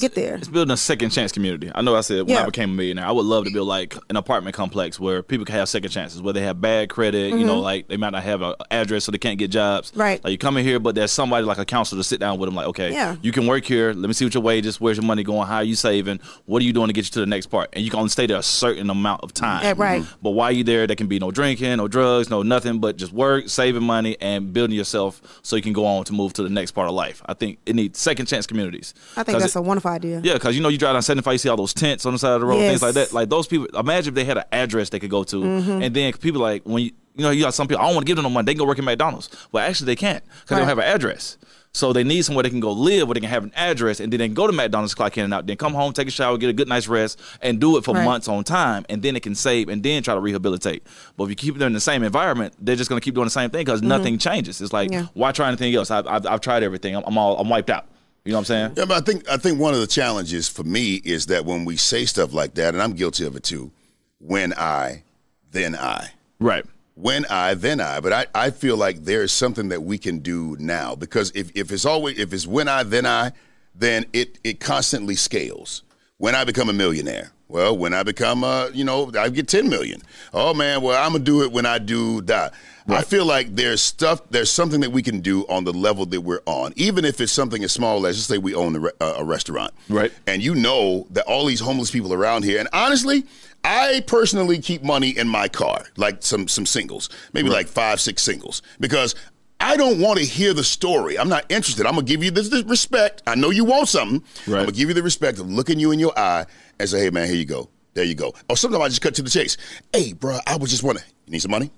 Speaker 3: get there.
Speaker 1: It's building a second chance community. I know I said when I
Speaker 3: Yeah.
Speaker 1: became a millionaire, I would love to build like an apartment complex where people can have second chances, where they have bad credit, you know, like they might not have an address so they can't get jobs.
Speaker 3: Mm-hmm. Right.
Speaker 1: Like you come in here, but there's somebody like a counselor to sit down with them, like, okay,
Speaker 3: Yeah.
Speaker 1: you can work here. Let me see what your wages, where's your money going, how are you saving, what are you doing to get you to the next part? And you can only stay there a certain amount of time. Mm-hmm.
Speaker 3: Yeah, right.
Speaker 1: But while you're there, there can be no drinking, no drugs, no nothing, but just work, saving money, and building yourself so you can go on to move to the next part of life. I think it needs second chance communities.
Speaker 3: I
Speaker 1: 'Cause
Speaker 3: think
Speaker 1: it-
Speaker 3: that's a wonderful idea.
Speaker 1: yeah, because you know you drive down 75, you see all those tents on the side of the road, things
Speaker 3: Yes. Mm-hmm.
Speaker 1: like that. Like those people, imagine if they had an address they could go to, and then people like when you, you know you got some people, I don't want to give them no money, they can go work at McDonald's. Well, actually they can't because they don't
Speaker 3: Right.
Speaker 1: have an address. So they need somewhere they can go live where they can have an address, and then they can go to McDonald's, clock in and out, then come home, take a shower, get a good night's rest, and do it for
Speaker 3: Right.
Speaker 1: months on time, and then they can save and then try to rehabilitate. But if you keep them in the same environment, they're just gonna keep doing the same thing because nothing changes. It's like
Speaker 3: Mm-hmm. Yeah.
Speaker 1: why try anything else? I've, I've, I've tried everything. I'm, I'm all I'm wiped out. You know what I'm saying?
Speaker 2: Yeah, but I think I think one of the challenges for me is that when we say stuff like that, and I'm guilty of it too, when I, then I.
Speaker 1: Right.
Speaker 2: when I, then I. But I, I feel like there is something that we can do now because if, if it's always if it's when I, then I, then it it constantly scales. when I become a millionaire. Well, when I become a, you know, I get 10 million. Oh man, well, I'm gonna do it when I do that. I feel like there's stuff, there's something that we can do on the level that we're on, even if it's something as small as, just say, we own a, re- uh, a restaurant,
Speaker 1: Right.
Speaker 2: And you know that all these homeless people around here, and honestly, I personally keep money in my car, like some some singles, maybe like five, six singles, because I don't want to hear the story. I'm not interested. I'm gonna give you this, this respect. I know you want something.
Speaker 1: Right.
Speaker 2: I'm gonna give you the respect of looking you in your eye and say, "Hey, man, here you go. There you go." Or sometimes I just cut to the chase. Hey, bro, I was just wondering. You need some money?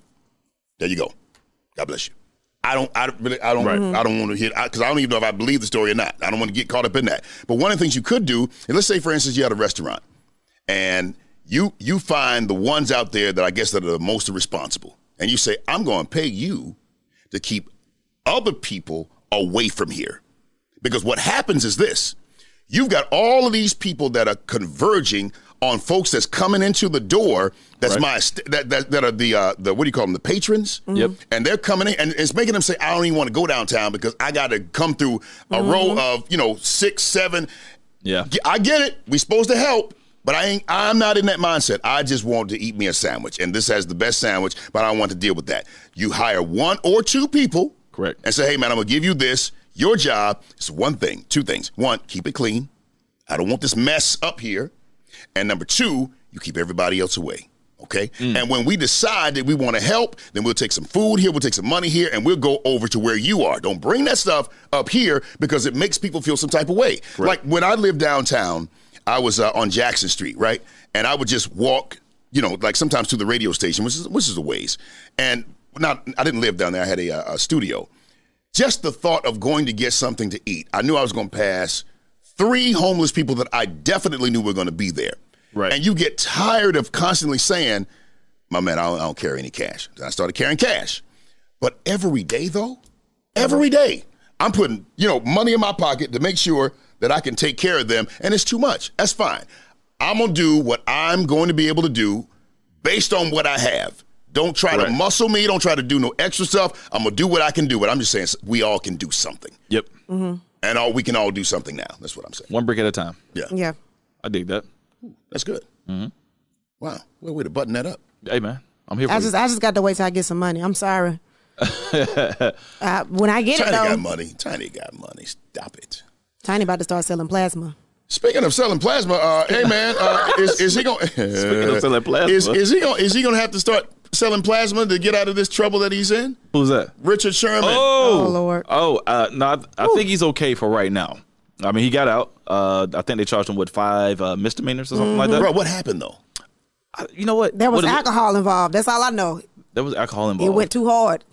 Speaker 2: There you go. God bless you. I don't. I don't really. I don't.
Speaker 1: Right.
Speaker 2: I don't want to hear because I don't even know if I believe the story or not. I don't want to get caught up in that. But one of the things you could do, and let's say for instance, you had a restaurant, and you you find the ones out there that I guess that are the most responsible, and you say, I'm going to pay you to keep other people away from here, because what happens is this: you've got all of these people that are converging on folks that's coming into the door. That's
Speaker 1: Right. Mm-hmm.
Speaker 2: my st- that, that that are the uh, the what do you call them? The patrons.
Speaker 1: Yep.
Speaker 2: And they're coming in, and it's making them say, "I don't even want to go downtown because I got to come through a
Speaker 1: Mm-hmm.
Speaker 2: row of you know six, seven.
Speaker 1: Yeah.
Speaker 2: G- I get it. we supposed to help, but I ain't. I'm not in that mindset. I just want to eat me a sandwich, and this has the best sandwich, but I don't want to deal with that. You hire one or two people,
Speaker 1: Correct.
Speaker 2: and say, "Hey, man, I'm gonna give you this. Your job is one thing, two things. One, keep it clean. I don't want this mess up here. And number two, you keep everybody else away." Okay. And when we decide that we want to help, then we'll take some food here, we'll take some money here, and we'll go over to where you are. Don't bring that stuff up here because it makes people feel some type of way. Like when I lived downtown, I was uh, on Jackson Street, right? And I would just walk, you know, like sometimes to the radio station, which is which is a ways. And not, I didn't live down there. I had a, uh, a studio. Just the thought of going to get something to eat, I knew I was going to pass three homeless people that I definitely knew were going to be there.
Speaker 1: Right.
Speaker 2: And you get tired of constantly saying, "My man, I don't, I don't carry any cash." Then I started carrying cash, but every day though, every day I'm putting you know money in my pocket to make sure that I can take care of them, and it's too much. That's fine. I'm gonna do what I'm going to be able to do based on what I have. Don't try to
Speaker 1: Right.
Speaker 2: muscle me. Don't try to do no extra stuff. I'm gonna do what I can do. But I'm just saying we all can do something,
Speaker 1: Yep.
Speaker 3: Mm-hmm.
Speaker 2: and all we can all do something now. That's what I'm saying.
Speaker 1: One brick at a time.
Speaker 3: Yeah.
Speaker 1: I dig that.
Speaker 2: That's good. Wow, what a way to button that up.
Speaker 1: Hey man, I'm here for
Speaker 3: I
Speaker 1: you.
Speaker 3: just I just got to wait till I get some money. I'm sorry. uh, when I get
Speaker 2: Tiny
Speaker 3: it though,
Speaker 2: got money. Tiny got money. Stop it.
Speaker 3: Tiny about to start selling plasma.
Speaker 2: Speaking of selling plasma, uh, hey man, uh, is, is he going? Speaking
Speaker 1: of selling plasma.
Speaker 2: is, is he going? Is he going to have to start selling plasma to get out of this trouble that he's in?
Speaker 1: Who's that?
Speaker 2: Richard Sherman.
Speaker 1: Oh,
Speaker 3: Oh, Lord.
Speaker 1: Oh, uh, no, I, I think he's okay for right now. I mean, he got out. Uh, I think they charged him with five uh, misdemeanors or something like that.
Speaker 2: Bro, what happened though?
Speaker 1: I- you know what?
Speaker 3: Mm-hmm. There was
Speaker 1: What is it? Oh.
Speaker 3: alcohol involved. That's all I know.
Speaker 1: There was alcohol
Speaker 3: It
Speaker 1: involved.
Speaker 3: went too hard.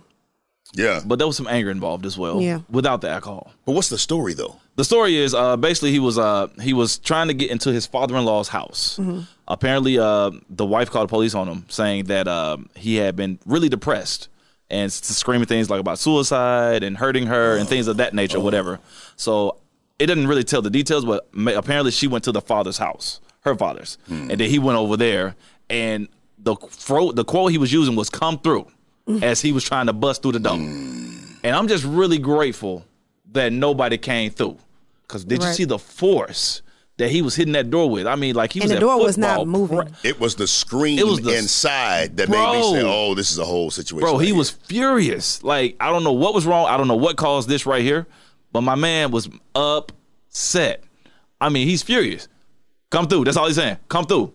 Speaker 2: Yeah, but,
Speaker 1: but there was some anger involved as well.
Speaker 3: Yeah.
Speaker 1: Without the alcohol.
Speaker 2: what's the story though?
Speaker 1: The story is uh, basically he was uh, he was trying to get into his father in law's house. Apparently, uh, the wife called the police on him, saying that um, he had been really depressed and s- screaming things like about suicide and hurting her and things of that nature, whatever. So it doesn't really tell the details, but ma- apparently she went to the father's house, her father's, and then he went over there. And the fro- the quote he was using was "come through," as he was trying to bust through the door. And I'm just really grateful that nobody came through. Cause did you
Speaker 3: Right.
Speaker 1: see the force that he was hitting that door with? I mean, like he was
Speaker 3: And the
Speaker 1: at
Speaker 3: door was not
Speaker 1: football
Speaker 3: moving.
Speaker 1: pra-
Speaker 2: It was the scream
Speaker 1: It was the-
Speaker 2: inside that made me
Speaker 1: Bro.
Speaker 2: say, "Oh, this is a whole situation."
Speaker 1: Bro,
Speaker 2: right
Speaker 1: he
Speaker 2: here.
Speaker 1: was furious. Like I don't know what was wrong. I don't know what caused this right here, but my man was upset. I mean, he's furious. Come through. That's all he's saying. Come through.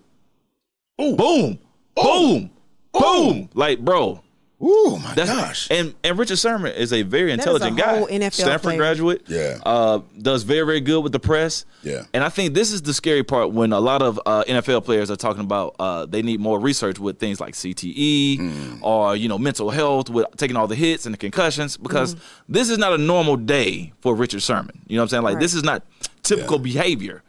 Speaker 1: Boom. Boom. Boom. Like, bro,
Speaker 2: Oh my
Speaker 1: That's,
Speaker 2: gosh.
Speaker 1: And and Richard Sherman is a very
Speaker 3: is
Speaker 1: intelligent
Speaker 3: a whole
Speaker 1: guy.
Speaker 3: NFL
Speaker 1: Stanford
Speaker 3: player.
Speaker 1: graduate.
Speaker 2: Yeah.
Speaker 1: Uh, does very very good with the press.
Speaker 2: Yeah.
Speaker 1: And I think this is the scary part when a lot of uh, NFL players are talking about uh, they need more research with things like CTE
Speaker 2: Mm.
Speaker 1: or you know mental health with taking all the hits and the concussions because
Speaker 3: Mm-hmm.
Speaker 1: this is not a normal day for Richard Sherman. You know what I'm saying? Like this is not typical behavior.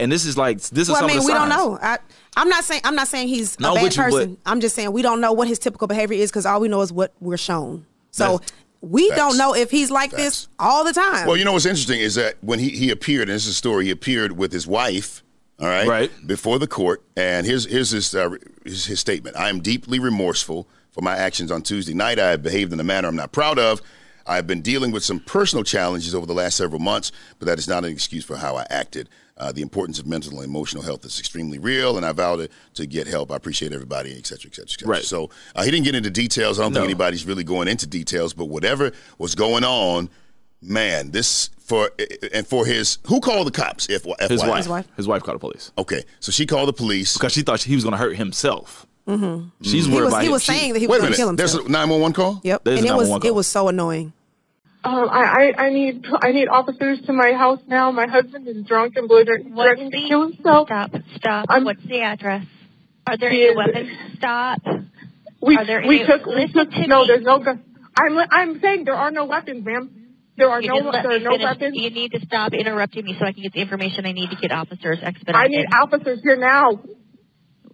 Speaker 1: And this is like this is
Speaker 3: Well, I
Speaker 1: some
Speaker 3: mean,
Speaker 1: of
Speaker 3: we
Speaker 1: the
Speaker 3: don't
Speaker 1: signs.
Speaker 3: know. I, I'm not saying I'm not saying he's
Speaker 1: No,
Speaker 3: a bad
Speaker 1: with you, but-
Speaker 3: person. I'm just saying we don't know what his typical behavior is because all we know is what we're shown. So
Speaker 1: That's-
Speaker 3: we
Speaker 2: Facts.
Speaker 3: don't know if he's like
Speaker 2: Facts.
Speaker 3: this all the time.
Speaker 2: Well, you know what's interesting is that when he, he appeared, and this is a story, he appeared with his wife, all right,
Speaker 1: Right.
Speaker 2: before the court. And here's here's his, uh, his his statement: I am deeply remorseful for my actions on Tuesday night. I have behaved in a manner I'm not proud of. I have been dealing with some personal challenges over the last several months, but that is not an excuse for how I acted. Uh, the importance of mental and emotional health is extremely real, and I vow to, to get help. I appreciate everybody, et cetera, et cetera, et cetera.
Speaker 1: Right.
Speaker 2: So uh, he didn't get into details. I don't think
Speaker 1: No.
Speaker 2: anybody's really going into details, but whatever was going on, man, this for and for his who called the cops? F- FYI.
Speaker 1: His wife,
Speaker 3: His wife.
Speaker 1: his wife called the police
Speaker 2: Okay, so she called the police.
Speaker 1: because she thought he was going to hurt himself. She's
Speaker 3: Mm-hmm. He
Speaker 1: worried
Speaker 3: was,
Speaker 1: about
Speaker 3: he
Speaker 1: him.
Speaker 3: was
Speaker 1: She-
Speaker 3: saying that he
Speaker 2: Wait
Speaker 3: was
Speaker 2: a
Speaker 3: going to kill
Speaker 2: minute.
Speaker 3: himself.
Speaker 2: There's a 911 call?
Speaker 3: Yep.
Speaker 1: There's
Speaker 3: and it
Speaker 1: not
Speaker 3: was
Speaker 1: one call.
Speaker 3: it was so annoying.
Speaker 4: Um, I, I, I need I need officers to my house now. My husband is drunk and bloated,
Speaker 5: What's
Speaker 4: threatening to kill
Speaker 5: the
Speaker 4: himself.
Speaker 5: stop? Stop.
Speaker 4: I'm-
Speaker 5: What's the address? Are there
Speaker 4: Is-
Speaker 5: any weapons? Stop.
Speaker 4: We
Speaker 5: Are there
Speaker 4: we
Speaker 5: any-
Speaker 4: took we
Speaker 5: listen
Speaker 4: took
Speaker 5: to
Speaker 4: no.
Speaker 5: me.
Speaker 4: There's no gun. I'm I'm saying there are no weapons, ma'am. There are
Speaker 5: You
Speaker 4: no
Speaker 5: didn't let
Speaker 4: there are
Speaker 5: me
Speaker 4: no
Speaker 5: finish.
Speaker 4: weapons.
Speaker 5: You need to stop interrupting me so I can get the information I need to get officers expedited.
Speaker 4: I need officers here now.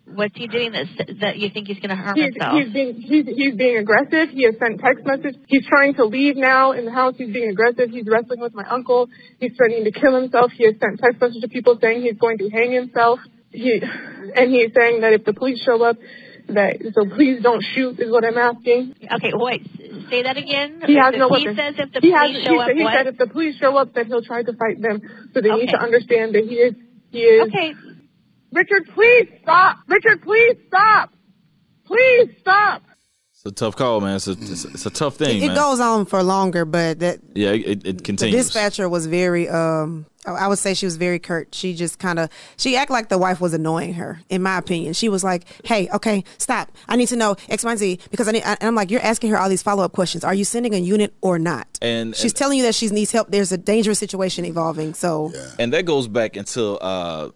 Speaker 5: What's he doing that that you think he's going to harm
Speaker 4: He's,
Speaker 5: himself?
Speaker 4: he's being he's, he's being aggressive. He has sent text messages. He's trying to leave now in the house. He's being aggressive. He's wrestling with my uncle. He's threatening to kill himself. He has sent text messages to people saying he's going to hang himself. He and he's saying that if the police show up, that so please don't shoot is what I'm asking.
Speaker 5: okay, wait. Say that again.
Speaker 4: He has no
Speaker 5: He
Speaker 4: weapon.
Speaker 5: says if the
Speaker 4: he
Speaker 5: police
Speaker 4: has,
Speaker 5: show
Speaker 4: he,
Speaker 5: up,
Speaker 4: said, he
Speaker 5: what?
Speaker 4: said if the police show up, that he'll try to fight them. So they need
Speaker 5: Okay.
Speaker 4: to understand that he is he is.
Speaker 5: okay.
Speaker 4: Richard, please stop. Richard, please stop. Please stop.
Speaker 1: It's a tough call, man. It's a, it's a, it's a tough thing,
Speaker 3: It
Speaker 1: man.
Speaker 3: goes on for longer, but that
Speaker 1: yeah, it, it, it
Speaker 3: the
Speaker 1: continues.
Speaker 3: dispatcher was very um I- I would say she was very curt. She just kind of she act like the wife was annoying her. In my opinion, she was like, "Hey, okay, stop. I need to know X, Y, and Z because I need." And I'm like, "You're asking her all these follow up questions. Are you sending a unit or not?"
Speaker 1: And-
Speaker 3: she's
Speaker 1: and-
Speaker 3: telling you that she needs help. There's a dangerous situation evolving. So
Speaker 1: and that goes back into uh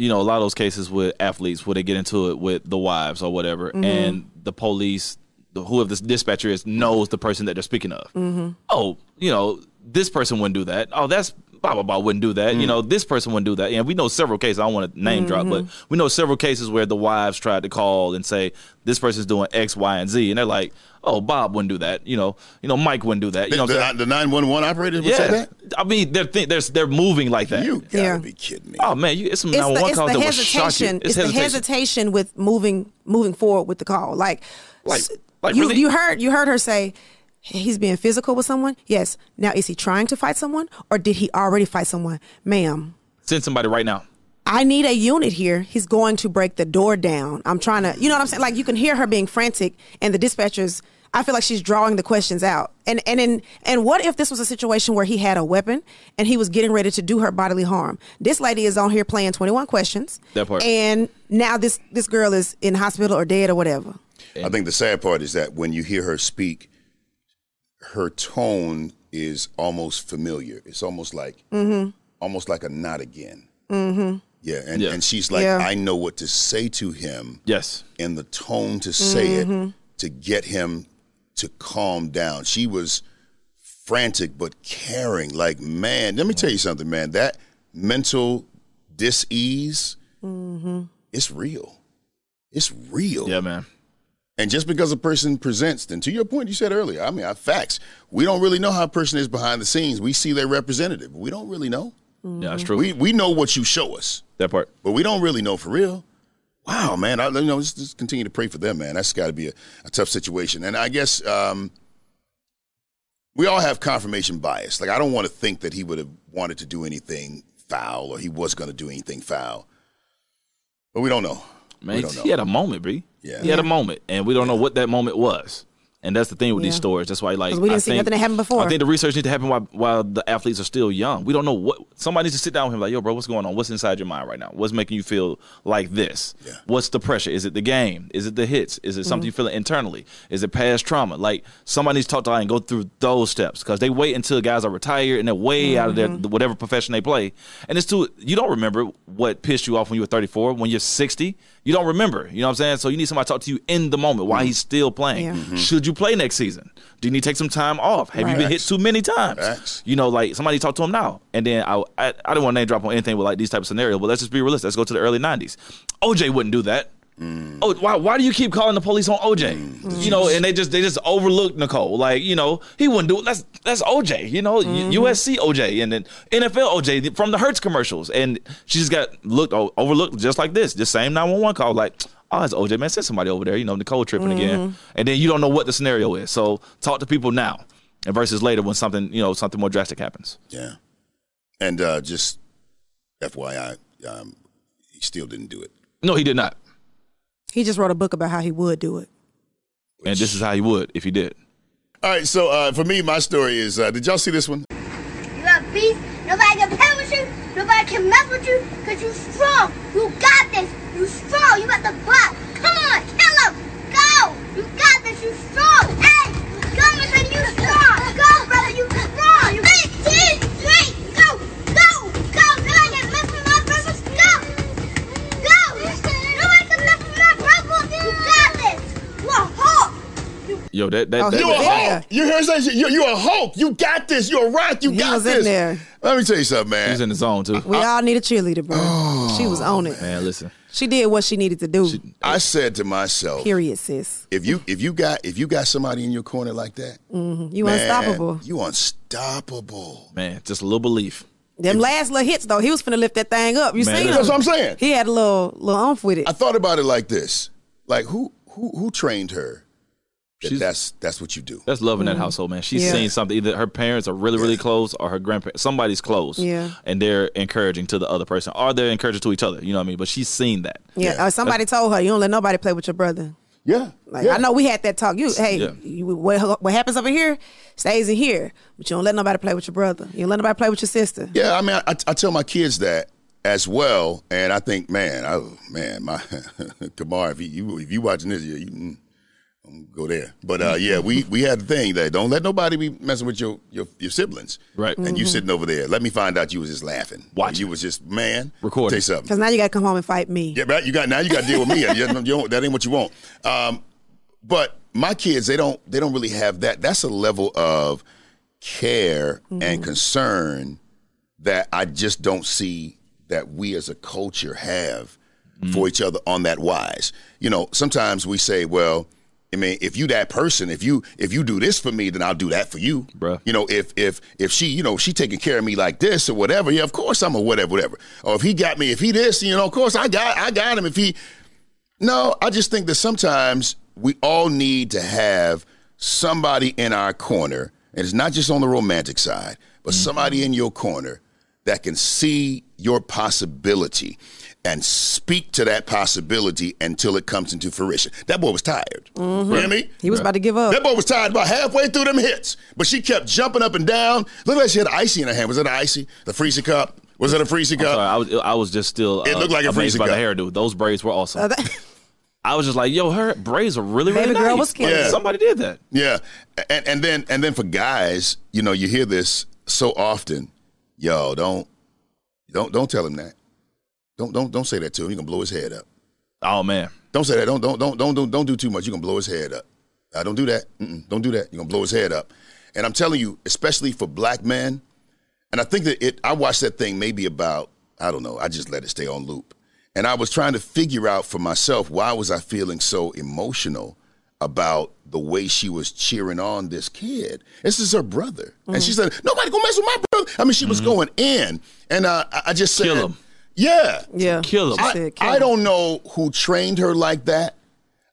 Speaker 1: you know a lot of those cases with athletes where they get into it with the wives or whatever and the police the- whoever this dispatcher is knows the person that they're speaking of oh you know this person wouldn't do that oh that's blah blah blah wouldn't do that you know this person wouldn't do that and we know several cases i don't want to name drop but we know several cases where the wives tried to call and say this person's doing x y and z and they're like oh bob wouldn't do that you know you know mike wouldn't do that you know what I'm
Speaker 2: the, the 911 operator would say
Speaker 1: saying?
Speaker 2: that?
Speaker 1: yeah i mean they're, thi- they're they're moving like that
Speaker 2: You gotta
Speaker 3: Yeah.
Speaker 2: be kidding me.
Speaker 1: Oh man, you, it's some
Speaker 3: it's the,
Speaker 1: 911
Speaker 3: it's
Speaker 1: calls
Speaker 3: the
Speaker 1: that will shock you.
Speaker 3: hesitation. It's, the hesitation with moving moving forward with the call. Like,
Speaker 1: Like-
Speaker 3: s-
Speaker 1: like
Speaker 3: you
Speaker 1: really-
Speaker 3: you heard you heard her say. He's being physical with someone. Yes. Now, is he trying to fight someone, or did he already fight someone, ma'am?
Speaker 1: Send somebody right now.
Speaker 3: I need a unit here. He's going to break the door down. I'm trying to, you know what I'm saying? Like you can hear her being frantic, and the dispatchers. I feel like she's drawing the questions out. And and in, and what if this was a situation where he had a weapon and he was getting ready to do her bodily harm? This lady is on here playing 21 questions.
Speaker 1: That part.
Speaker 3: And now this this girl is in hospital or dead or whatever.
Speaker 2: I think the sad part is that when you hear her speak, her tone is almost familiar. It's almost like
Speaker 3: Mm-hmm.
Speaker 2: almost like a not again. Mm-hmm. Yeah, and,
Speaker 1: Yeah.
Speaker 2: and she's like,
Speaker 3: Yeah.
Speaker 2: I know what to say to him
Speaker 1: Yes,
Speaker 2: and the tone to say it to get him to calm down. She was frantic but caring. Like, man, let me tell you something, man. That mental dis-ease, it's real. It's real.
Speaker 1: yeah, man.
Speaker 2: And just because a person presents, then to your point you said earlier, I mean, I- facts. We don't really know how a person is behind the scenes. We see their representative. We don't really know.
Speaker 3: Mm-hmm.
Speaker 1: Yeah, that's true.
Speaker 2: We we know what you show us,
Speaker 1: that part.
Speaker 2: but we don't really know for real. Wow, man. I you know, just, just continue to pray for them, man. That's got to be a, a tough situation. And I guess um, we all have confirmation bias. Like I don't want to think that he would have wanted to do anything foul, or he was going to do anything foul, but we don't know.
Speaker 1: Man,
Speaker 2: we don't know.
Speaker 1: he had a moment, B.
Speaker 2: Yeah.
Speaker 1: He had a moment, and we don't know what that moment was. And that's the thing with these
Speaker 3: Yeah.
Speaker 1: stories. That's why, like,
Speaker 3: 'Cause we
Speaker 1: I
Speaker 3: didn't see
Speaker 1: think-
Speaker 3: nothing that happened before.
Speaker 1: I think the research needs to happen while, while the athletes are still young. We don't know what somebody needs to sit down with him, like, yo, bro, what's going on? What's inside your mind right now? What's making you feel like this?
Speaker 2: Yeah.
Speaker 1: What's the pressure? Is it the game? Is it the hits? Is it something you feeling internally? Is it past trauma? Like somebody needs to talk to her and go through those steps because they wait until guys are retired and they're way out of their whatever profession they play. And it's too you don't remember what pissed you off when you were 34. When you're 60, you don't remember. You know what I'm saying? So you need somebody to talk to you in the moment while he's still playing.
Speaker 3: Yeah. Mhm.
Speaker 1: Should you play next season? Do you need to take some time off? Have
Speaker 3: Right.
Speaker 1: you been hit too many times?
Speaker 2: Facts.
Speaker 1: You know, like somebody talk to him now. And then I, I, I don't want to name drop on anything with like these type of scenarios, but let's just be realistic. Let's go to the early '90s. OJ wouldn't do that. Oh, why, why do you keep calling the police on OJ?
Speaker 3: Mm.
Speaker 1: You know, and they just they just overlooked Nicole. Like you know, he wouldn't do it. That's that's OJ. You know,
Speaker 3: Mm-hmm.
Speaker 1: U- USC OJ and then NFL OJ from the Hertz commercials, and she just got looked o- overlooked just like this. Just same nine one one call. Like oh, it's OJ man, send somebody over there. You know, Nicole tripping again,
Speaker 3: Mm-hmm.
Speaker 1: and then you don't know what the scenario is. So talk to people now, and versus later when something you know something more drastic happens.
Speaker 2: Yeah. And uh, just FYI, um, he still didn't do it.
Speaker 1: No, he did not.
Speaker 3: He just wrote a book about how he would do it.
Speaker 1: And this is how he would if he did.
Speaker 2: All right, so uh, for me, my story is uh, did y'all see this one?
Speaker 6: You have peace. Nobody can play with you. Nobody can mess with you. Cause you strong. You got this. You strong. You got the block. Come on, kill him. Go. You got this. You strong. Hey, go, brother. You strong. Go, brother. You strong. You big team. Hey, go, go, go. Nobody can mess with my brothers. Go, go. Nobody can mess with my brothers. You got this. You a hawk.
Speaker 1: Yo, that that,
Speaker 3: Oh,
Speaker 1: that-
Speaker 3: he
Speaker 2: You a
Speaker 3: was
Speaker 1: that-
Speaker 3: in
Speaker 2: Hulk. You hear that? You you a Hulk. You got this. You a rock. You
Speaker 3: He
Speaker 2: got
Speaker 3: was in
Speaker 2: this.
Speaker 3: there.
Speaker 2: Let me tell you something, man.
Speaker 1: he was in the zone too.
Speaker 3: We all need a cheerleader, bro. she was on it.
Speaker 1: Uh, Oh, Man, listen.
Speaker 3: She did what she needed to do.
Speaker 2: I said to myself,
Speaker 3: period, sis.
Speaker 2: if you if you got if you got somebody in your corner like that,
Speaker 3: You
Speaker 2: man,
Speaker 3: unstoppable.
Speaker 2: You unstoppable.
Speaker 1: Man, just a little belief.
Speaker 3: Them last little hits though, he was finna lift that thing up. You
Speaker 1: Man,
Speaker 3: seen him?
Speaker 1: that's
Speaker 2: what I'm saying.
Speaker 3: He had a little little oomph with it.
Speaker 2: I thought about it like this: like who who who trained her? That
Speaker 1: She's-
Speaker 2: that's that's what you do.
Speaker 1: That's love in that household, man. She's
Speaker 3: Mm. Yeah.
Speaker 1: seen something. Either her parents are really, really close, or her grandparents, somebody's close.
Speaker 3: Yeah.
Speaker 1: And they're encouraging to the other person, or they're encouraging to each other. You know what I mean? But she's seen that.
Speaker 3: yeah. Or somebody told her, you don't let nobody play with your brother.
Speaker 2: Yeah,
Speaker 3: Like
Speaker 2: yeah.
Speaker 3: I know we had that talk. You hey,
Speaker 1: Yeah.
Speaker 3: you, what what happens over here stays in here, but you don't let nobody play with your brother. You don't let nobody play with your sister.
Speaker 2: Yeah, I mean, I, I tell my kids that as well, and I think, man, I man, my Kamar, if you- you if you watching this, yeah, you mm, I'm gonna go there. But uh, yeah, we we had the thing that don't let nobody be messing with your your, your siblings,
Speaker 1: Right.
Speaker 2: And you sitting over there. Let me find out you was just laughing.
Speaker 1: Watch
Speaker 2: you was just man
Speaker 1: Recording.
Speaker 2: Say something.
Speaker 3: Cause now you gotta come home and fight me.
Speaker 2: Yeah, right. You got now. You got to deal with me. You don't- you don't- that ain't what you want. Um, but my kids, they don't. They don't really have that. That's a level of care and concern that I just don't see that we as a culture have for each other on that wise. You know, sometimes we say, well. I mean, if you that person, if you if you do this for me, then I'll do that for you.
Speaker 1: Bruh.
Speaker 2: You know, if if if she, you know, she taking care of me like this or whatever, yeah, of course I'm a whatever, whatever. Or if he got me, if he this, you know, of course I got I got him. If he no, I just think that sometimes we all need to have somebody in our corner, and it's not just on the romantic side, but
Speaker 3: Mm-hmm.
Speaker 2: somebody in your corner that can see your possibility and speak to that possibility until it comes into fruition. That boy was tired. You hear me?
Speaker 3: Mm-hmm. He was about to give up.
Speaker 2: That boy was tired about halfway through them hits, but she kept jumping up and down. Look like she had icy in her hand. Was that an icy? The freezer cup? Was that a freezer cup?
Speaker 1: Sorry, I was, I was just still. uh,
Speaker 2: It looked like a
Speaker 1: amazed
Speaker 2: freezer
Speaker 1: by the
Speaker 2: cup.
Speaker 1: hairdo. Those braids were awesome.
Speaker 3: Uh, that-
Speaker 1: I was just like, yo, her braids are really, really
Speaker 3: Baby
Speaker 1: nice.
Speaker 3: girl was killing
Speaker 2: Yeah. it.
Speaker 1: Somebody did that.
Speaker 2: Yeah, and and then and then for guys, you know, you hear this so often. Yo, don't don't don't tell him that. Don't don't don't say that to him. You gonna blow his head up.
Speaker 1: Oh man,
Speaker 2: Don't say that. Don't don't don't don't don't, don't do too much. You are gonna blow his head up. I don't do that. Mm-mm, don't do that. You are gonna blow his head up. And I'm telling you, especially for black men, and I think that it. I watched that thing maybe about I don't know. I just let it stay on loop, and I was trying to figure out for myself why was I feeling so emotional about the way she was cheering on this kid. This is her brother, and she
Speaker 1: Mm-hmm.
Speaker 2: said, "Nobody gonna mess with my brother." I mean, she was going in, and uh, I, I just said,
Speaker 1: Kill him.
Speaker 2: Yeah,
Speaker 3: yeah.
Speaker 1: Kill him.
Speaker 3: She
Speaker 1: I-
Speaker 3: said, kill
Speaker 2: I
Speaker 3: him.
Speaker 2: don't know who trained her like that.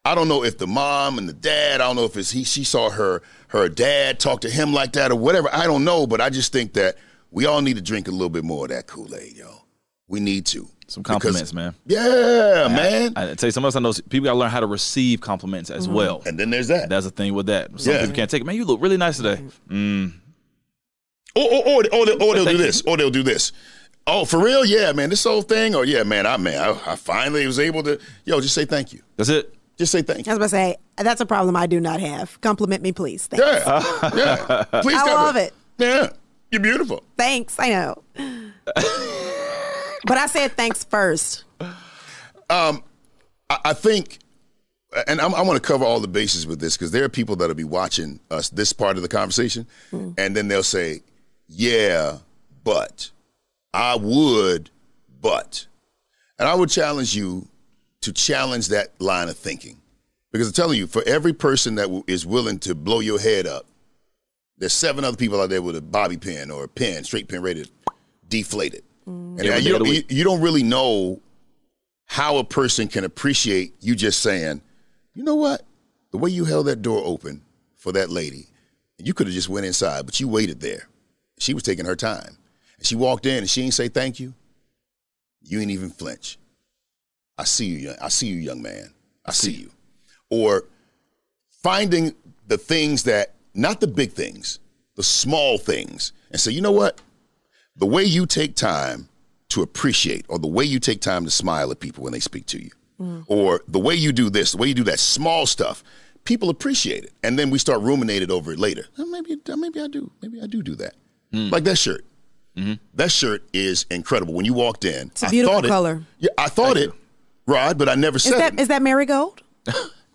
Speaker 2: I don't know if the mom and the dad. I don't know if it's he. She saw her her dad talk to him like that or whatever. I don't know, but I just think that we all need to drink a little bit more of that Kool Aid, yo. We need to
Speaker 1: some
Speaker 2: Because-
Speaker 1: compliments, man.
Speaker 2: Yeah, man.
Speaker 1: I tell you, something else I know people gotta learn how to receive compliments
Speaker 3: Mm-hmm.
Speaker 1: as well.
Speaker 2: and then there's that.
Speaker 1: That's the thing with that. Some
Speaker 2: Yeah.
Speaker 1: people can't take it. Man, you look really nice today.
Speaker 3: Mm-hmm.
Speaker 2: Or or or, or, they, or they'll do
Speaker 1: Thank you.
Speaker 2: this. Or they'll do this. Oh, for real? Yeah, man. This whole thing. Or yeah, man. I man. I, I finally was able to. Yo, just say thank you.
Speaker 1: That's it.
Speaker 2: Just say thank you.
Speaker 3: I was about to say that's a problem I do not have. Compliment me, please. Thanks.
Speaker 2: Yeah, yeah. Please.
Speaker 3: I
Speaker 2: cover
Speaker 3: love it.
Speaker 2: Yeah, you're beautiful.
Speaker 3: Thanks. I know. but I said thanks first.
Speaker 2: I- I think, and I'm, I want to cover all the bases with this because there are people that'll be watching us this part of the conversation, and then they'll say, "Yeah, but I would, but," and I would challenge you to challenge that line of thinking because I'm telling you, for every person that w- is willing to blow your head up, there's seven other people out there with a bobby pin or a pin, straight pin, ready to deflate it. And now
Speaker 1: Every day
Speaker 2: you,
Speaker 1: of
Speaker 2: don't,
Speaker 1: the
Speaker 2: you,
Speaker 1: week.
Speaker 2: you don't really know how a person can appreciate you just saying, you know what? The way you held that door open for that lady, you could have just went inside, but you waited there. She was taking her time. And she walked in and she didn't say thank you. You ain't even flinch. I see you, young, I see you, young man. I see you. Or finding the things that, not the big things, the small things, and say, you know what? The way you take time to appreciate, or the way you take time to smile at people when they speak to you, or the way you do this, the way you do that, small stuff, people appreciate it. And then we start ruminating over it later. "Oh, maybe, maybe I do. Maybe I do do that. Like that shirt. That shirt is incredible. When you walked in,
Speaker 3: a beautiful
Speaker 2: I thought
Speaker 3: color.
Speaker 2: It, yeah, I thought it, Rod, but I never
Speaker 3: Is
Speaker 2: said
Speaker 3: that
Speaker 2: it.
Speaker 3: is that marigold?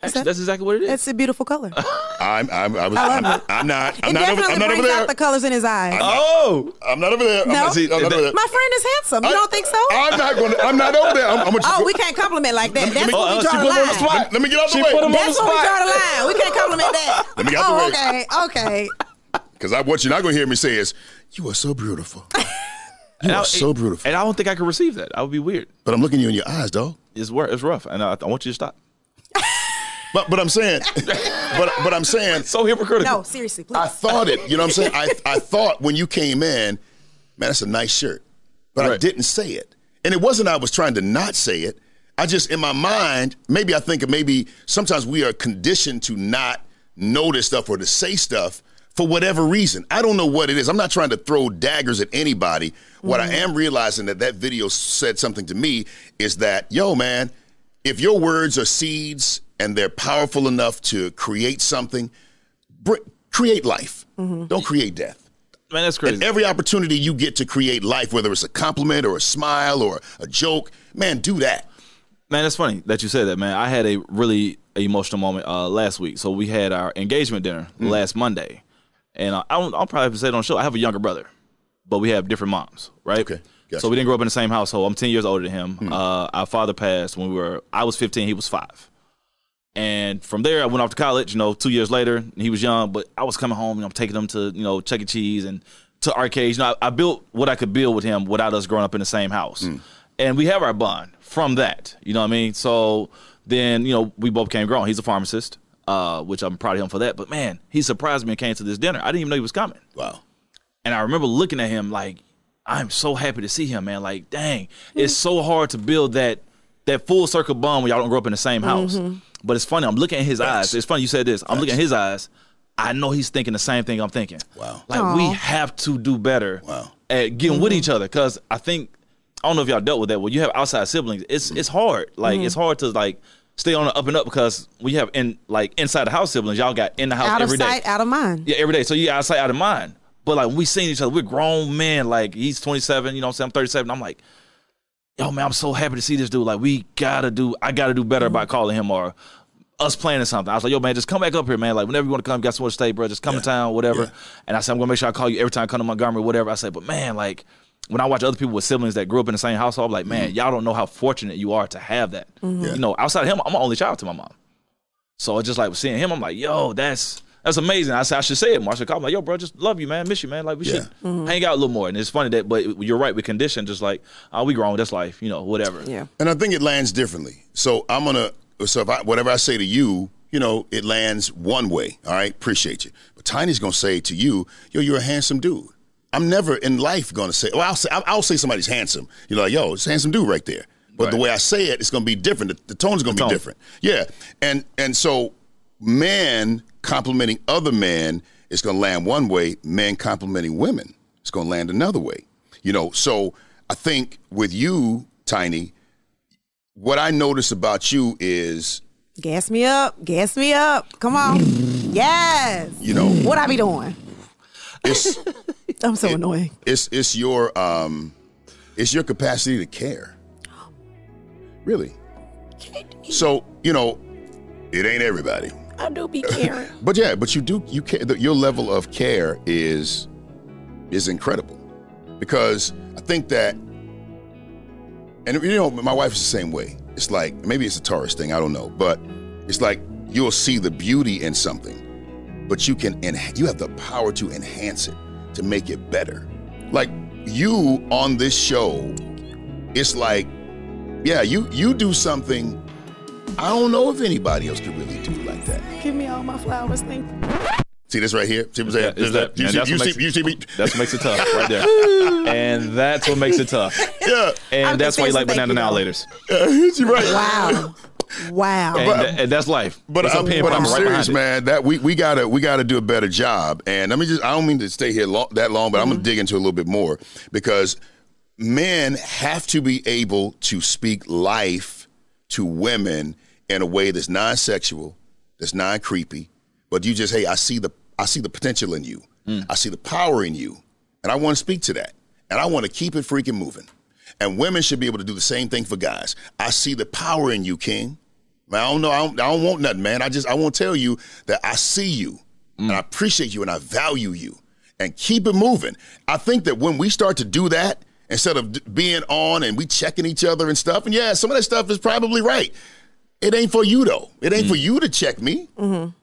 Speaker 1: Actually, that's exactly what it is.
Speaker 3: That's a beautiful color.
Speaker 2: I'm, I'm, I was, I'm, I'm, not. I'm
Speaker 3: Uh-huh. It
Speaker 2: not, over,
Speaker 3: definitely
Speaker 2: I'm not over
Speaker 3: brings
Speaker 2: there.
Speaker 3: out the colors in his eyes.
Speaker 1: Oh,
Speaker 2: I'm not over there. I'm
Speaker 3: No.
Speaker 2: not, I'm not over there.
Speaker 3: My friend is handsome. You
Speaker 2: I-
Speaker 3: don't think so?
Speaker 2: I'm not going. to I'm not over there. I'm, I'm gonna
Speaker 3: Oh, we can't compliment like that. That's
Speaker 1: Oh,
Speaker 3: where we
Speaker 1: uh, she
Speaker 3: draw
Speaker 1: put
Speaker 3: the
Speaker 1: him on the
Speaker 3: line.
Speaker 1: spot.
Speaker 2: let, let me get out the
Speaker 1: She put 'em
Speaker 2: way
Speaker 1: on-
Speaker 3: That's where we
Speaker 1: spot.
Speaker 3: draw the line. We can't compliment that.
Speaker 2: Let me get out the
Speaker 3: oh,
Speaker 2: way.
Speaker 3: okay, okay.
Speaker 2: because I, what you're not going to hear me say is, "You are so beautiful. You
Speaker 1: and I-
Speaker 2: are so beautiful."
Speaker 1: And I don't think I could receive that. I would be weird.
Speaker 2: But I'm looking you in your eyes, dog.
Speaker 1: It's wor- It's rough, and I, I want you to stop.
Speaker 2: But but I'm saying, but but I'm saying,
Speaker 1: So hypocritical.
Speaker 3: No, seriously, please.
Speaker 2: I thought it. You know what I'm saying? I, I thought when you came in, man, that's a nice shirt. But I
Speaker 1: Right.
Speaker 2: didn't say it. And it wasn't I was trying to not say it. I just, in my mind, maybe I think maybe sometimes we are conditioned to not notice stuff or to say stuff for whatever reason. I don't know what it is. I'm not trying to throw daggers at anybody. What I am realizing that that video said something to me is that, yo, man, if your words are seeds and they're powerful enough to create something, br- create life. Don't create death.
Speaker 1: Man, that's crazy.
Speaker 2: And every opportunity you get to create life, whether it's a compliment or a smile or a joke, man, do that.
Speaker 1: Man, it's funny that you said that, man. I had a really emotional moment uh, last week. So we had our engagement dinner
Speaker 2: Mm-hmm.
Speaker 1: last Monday, and uh, I don't, I'll probably have to say it on the show. I have a younger brother, but we have different moms, right?
Speaker 2: Okay, gotcha. Hmm.
Speaker 1: So we didn't grow up in the same household. I'm 10 years older than him. Uh, our father passed when we were I was 15, he was five, and from there I went off to college. You know, two years later, and he was young, but I was coming home. You know, I'm taking him to you know Chuck E. Cheese and to arcades. You know, I, I built what I could build with him without us growing up in the same house and we have our bond from that. You know what I mean? So then, you know, we both became grown. He's a pharmacist, uh, which I'm proud of him for that. But man, he surprised me and came to this dinner. I didn't even know he was coming.
Speaker 2: Wow.
Speaker 1: And I remember looking at him like, I'm so happy to see him, man. Like, dang, it's
Speaker 3: Mm-hmm.
Speaker 1: so hard to build that that full circle bond when y'all don't grow up in the same house.
Speaker 3: Mm-hmm.
Speaker 1: But it's funny, I'm looking at his eyes. It's funny you said this. I'm looking at his eyes. I know he's thinking the same thing I'm thinking.
Speaker 2: Wow.
Speaker 1: Like
Speaker 3: Aw. Mm-hmm.
Speaker 1: we have to do better
Speaker 2: Wow.
Speaker 1: at getting with each other. Cause I think I don't know if y'all dealt with that. When you have outside siblings, it's
Speaker 2: Mm-hmm.
Speaker 1: it's hard. Like it's
Speaker 3: Mm-hmm.
Speaker 1: hard to like stay on the up and up because we have in like inside the house siblings, y'all got in the house
Speaker 3: out of
Speaker 1: every day.
Speaker 3: sight, out of mind.
Speaker 1: Yeah, every day. So you outside out of mind. But like we seen each other, we're grown men. Like he's 27, you know what I'm saying? I'm 37. I'm like, yo, man, I'm so happy to see this dude. Like, we gotta do, I gotta do better by calling him or us planning something. I was like, yo, man, just come back up here, man. Like, whenever you wanna come, you got somewhere to stay, bro. Just come to town, whatever. And I said, I'm gonna make sure I call you every time I come to Montgomery, whatever. I said, but man, like, when I watch other people with siblings that grew up in the same household, I'm like, man, y'all don't know how fortunate you are to have that.
Speaker 2: Yeah.
Speaker 1: You know, outside of him, I'm an only child to my mom. So it's just like seeing him, I'm like, yo, that's that's amazing. I said I should say it more. I should call him like, yo, bro, just love you, man, miss you, man. Like we
Speaker 2: Yeah.
Speaker 1: should
Speaker 3: Mm-hmm.
Speaker 1: hang out a little more. And it's funny that, but you're right. We condition just like, oh, we grown. That's life, you know, whatever.
Speaker 3: Yeah.
Speaker 2: And I think it lands differently. So I'm gonna. So if I, whatever I say to you, you know, it lands one way. All right, appreciate you. But Tiny's gonna say to you, "Yo, you're a handsome dude." I'm never in life gonna say. Well, I'll say I'll- I'll say somebody's handsome. You're like, "Yo, it's a handsome dude right there." But the
Speaker 1: Right.
Speaker 2: way I say it, it's gonna be different. The, the tone's gonna be
Speaker 1: tone.
Speaker 2: different. Yeah. And and so men complimenting other men is gonna land one way. Men complimenting women is gonna land another way. You know. So I think with you, Tiny, what I notice about you is,
Speaker 3: Gas me up, gas me up. Come on. yes.
Speaker 2: you know,
Speaker 3: What I be doing?
Speaker 2: it's
Speaker 3: I'm so annoying.
Speaker 2: it's it's your um, it's your capacity to care. Really. So you know, it ain't everybody,
Speaker 3: I do be caring.
Speaker 2: but yeah, but you do you care. Your level of care is is incredible because I think that, and you know, my wife is the same way. It's like maybe it's a Taurus thing, I don't know, but it's like you'll see the beauty in something, but you can and you have the power to enhance it to make it better. Like you on this show, it's like, yeah, you you do something. I don't know if anybody else could really do like that.
Speaker 3: Give me all my flowers. Thank
Speaker 2: See this right here? See what I'm saying?
Speaker 1: That- is that-
Speaker 2: you,
Speaker 1: and
Speaker 2: see,
Speaker 1: that's
Speaker 2: you,
Speaker 1: what
Speaker 2: see,
Speaker 1: makes-
Speaker 2: you see me?
Speaker 1: That's what makes it tough, right there. and that's what makes it tough.
Speaker 2: Yeah.
Speaker 1: And
Speaker 3: I'm
Speaker 1: that's why you
Speaker 3: confused,
Speaker 1: like
Speaker 3: thank
Speaker 1: banana
Speaker 3: you,
Speaker 1: now
Speaker 3: though.
Speaker 1: laters.
Speaker 2: yeah you right.
Speaker 3: Wow. Wow.
Speaker 1: And, tha- and that's life.
Speaker 2: But
Speaker 1: It's
Speaker 2: I'm,
Speaker 1: okay if
Speaker 2: but I'm
Speaker 1: right
Speaker 2: serious,
Speaker 1: behind it.
Speaker 2: man. That we, we gotta we gotta do a better job. And let me just I don't mean to stay here lo- that long, but I'm
Speaker 1: Mm-hmm.
Speaker 2: gonna dig into it a little bit more because men have to be able to speak life to women in a way that's non-sexual, that's non-creepy, but you just hey, I see the I see the potential in you,
Speaker 1: Mm.
Speaker 2: I see the power in you, and I want to speak to that, and I want to keep it freaking moving. And women should be able to do the same thing for guys. I see the power in you, King. Man, I don't know. I don't, I don't want nothing, man. I just I want to tell you that I see you and I appreciate you and I value you and keep it moving. I think that when we start to do that instead of d- being on and we checking each other and stuff, and yeah, some of that stuff is probably right. It ain't for you though. It ain't for you to check me.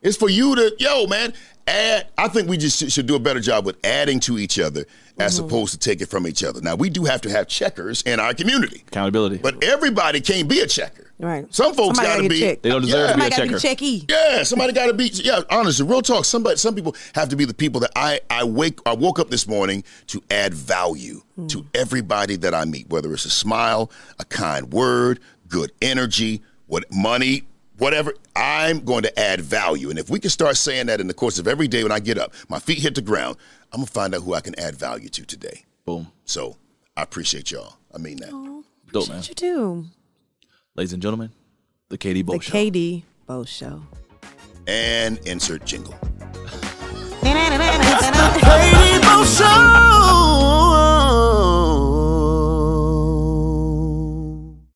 Speaker 2: It's for you to yo, man. Add. I think we just should, should do a better job with adding to each other as opposed to take it from each other. Now we do have to have checkers in our community,
Speaker 1: Accountability.
Speaker 2: but everybody can't be a checker.
Speaker 3: Right.
Speaker 2: Some folks
Speaker 3: Somebody
Speaker 2: got to
Speaker 3: gotta get
Speaker 2: be.
Speaker 3: checked.
Speaker 1: they don't deserve to be a
Speaker 3: Somebody got to be
Speaker 1: checker.
Speaker 3: the checkee.
Speaker 2: Yeah, somebody got to be. Yeah, honestly, real talk. Somebody, some people have to be the people that I I wake I woke up this morning to add value
Speaker 3: Hmm.
Speaker 2: to everybody that I meet, whether it's a smile, a kind word, good energy, what money, whatever. I'm going to add value, and if we can start saying that in the course of every day when I get up, my feet hit the ground, I'm gonna find out who I can add value to today.
Speaker 1: Boom.
Speaker 2: So I appreciate y'all. I mean that.
Speaker 1: Dope, man.
Speaker 3: What you do?
Speaker 1: Ladies and gentlemen, the KD Bo
Speaker 3: The
Speaker 1: Show.
Speaker 3: KD Bo Show.
Speaker 2: And insert jingle.
Speaker 3: Na-na-na.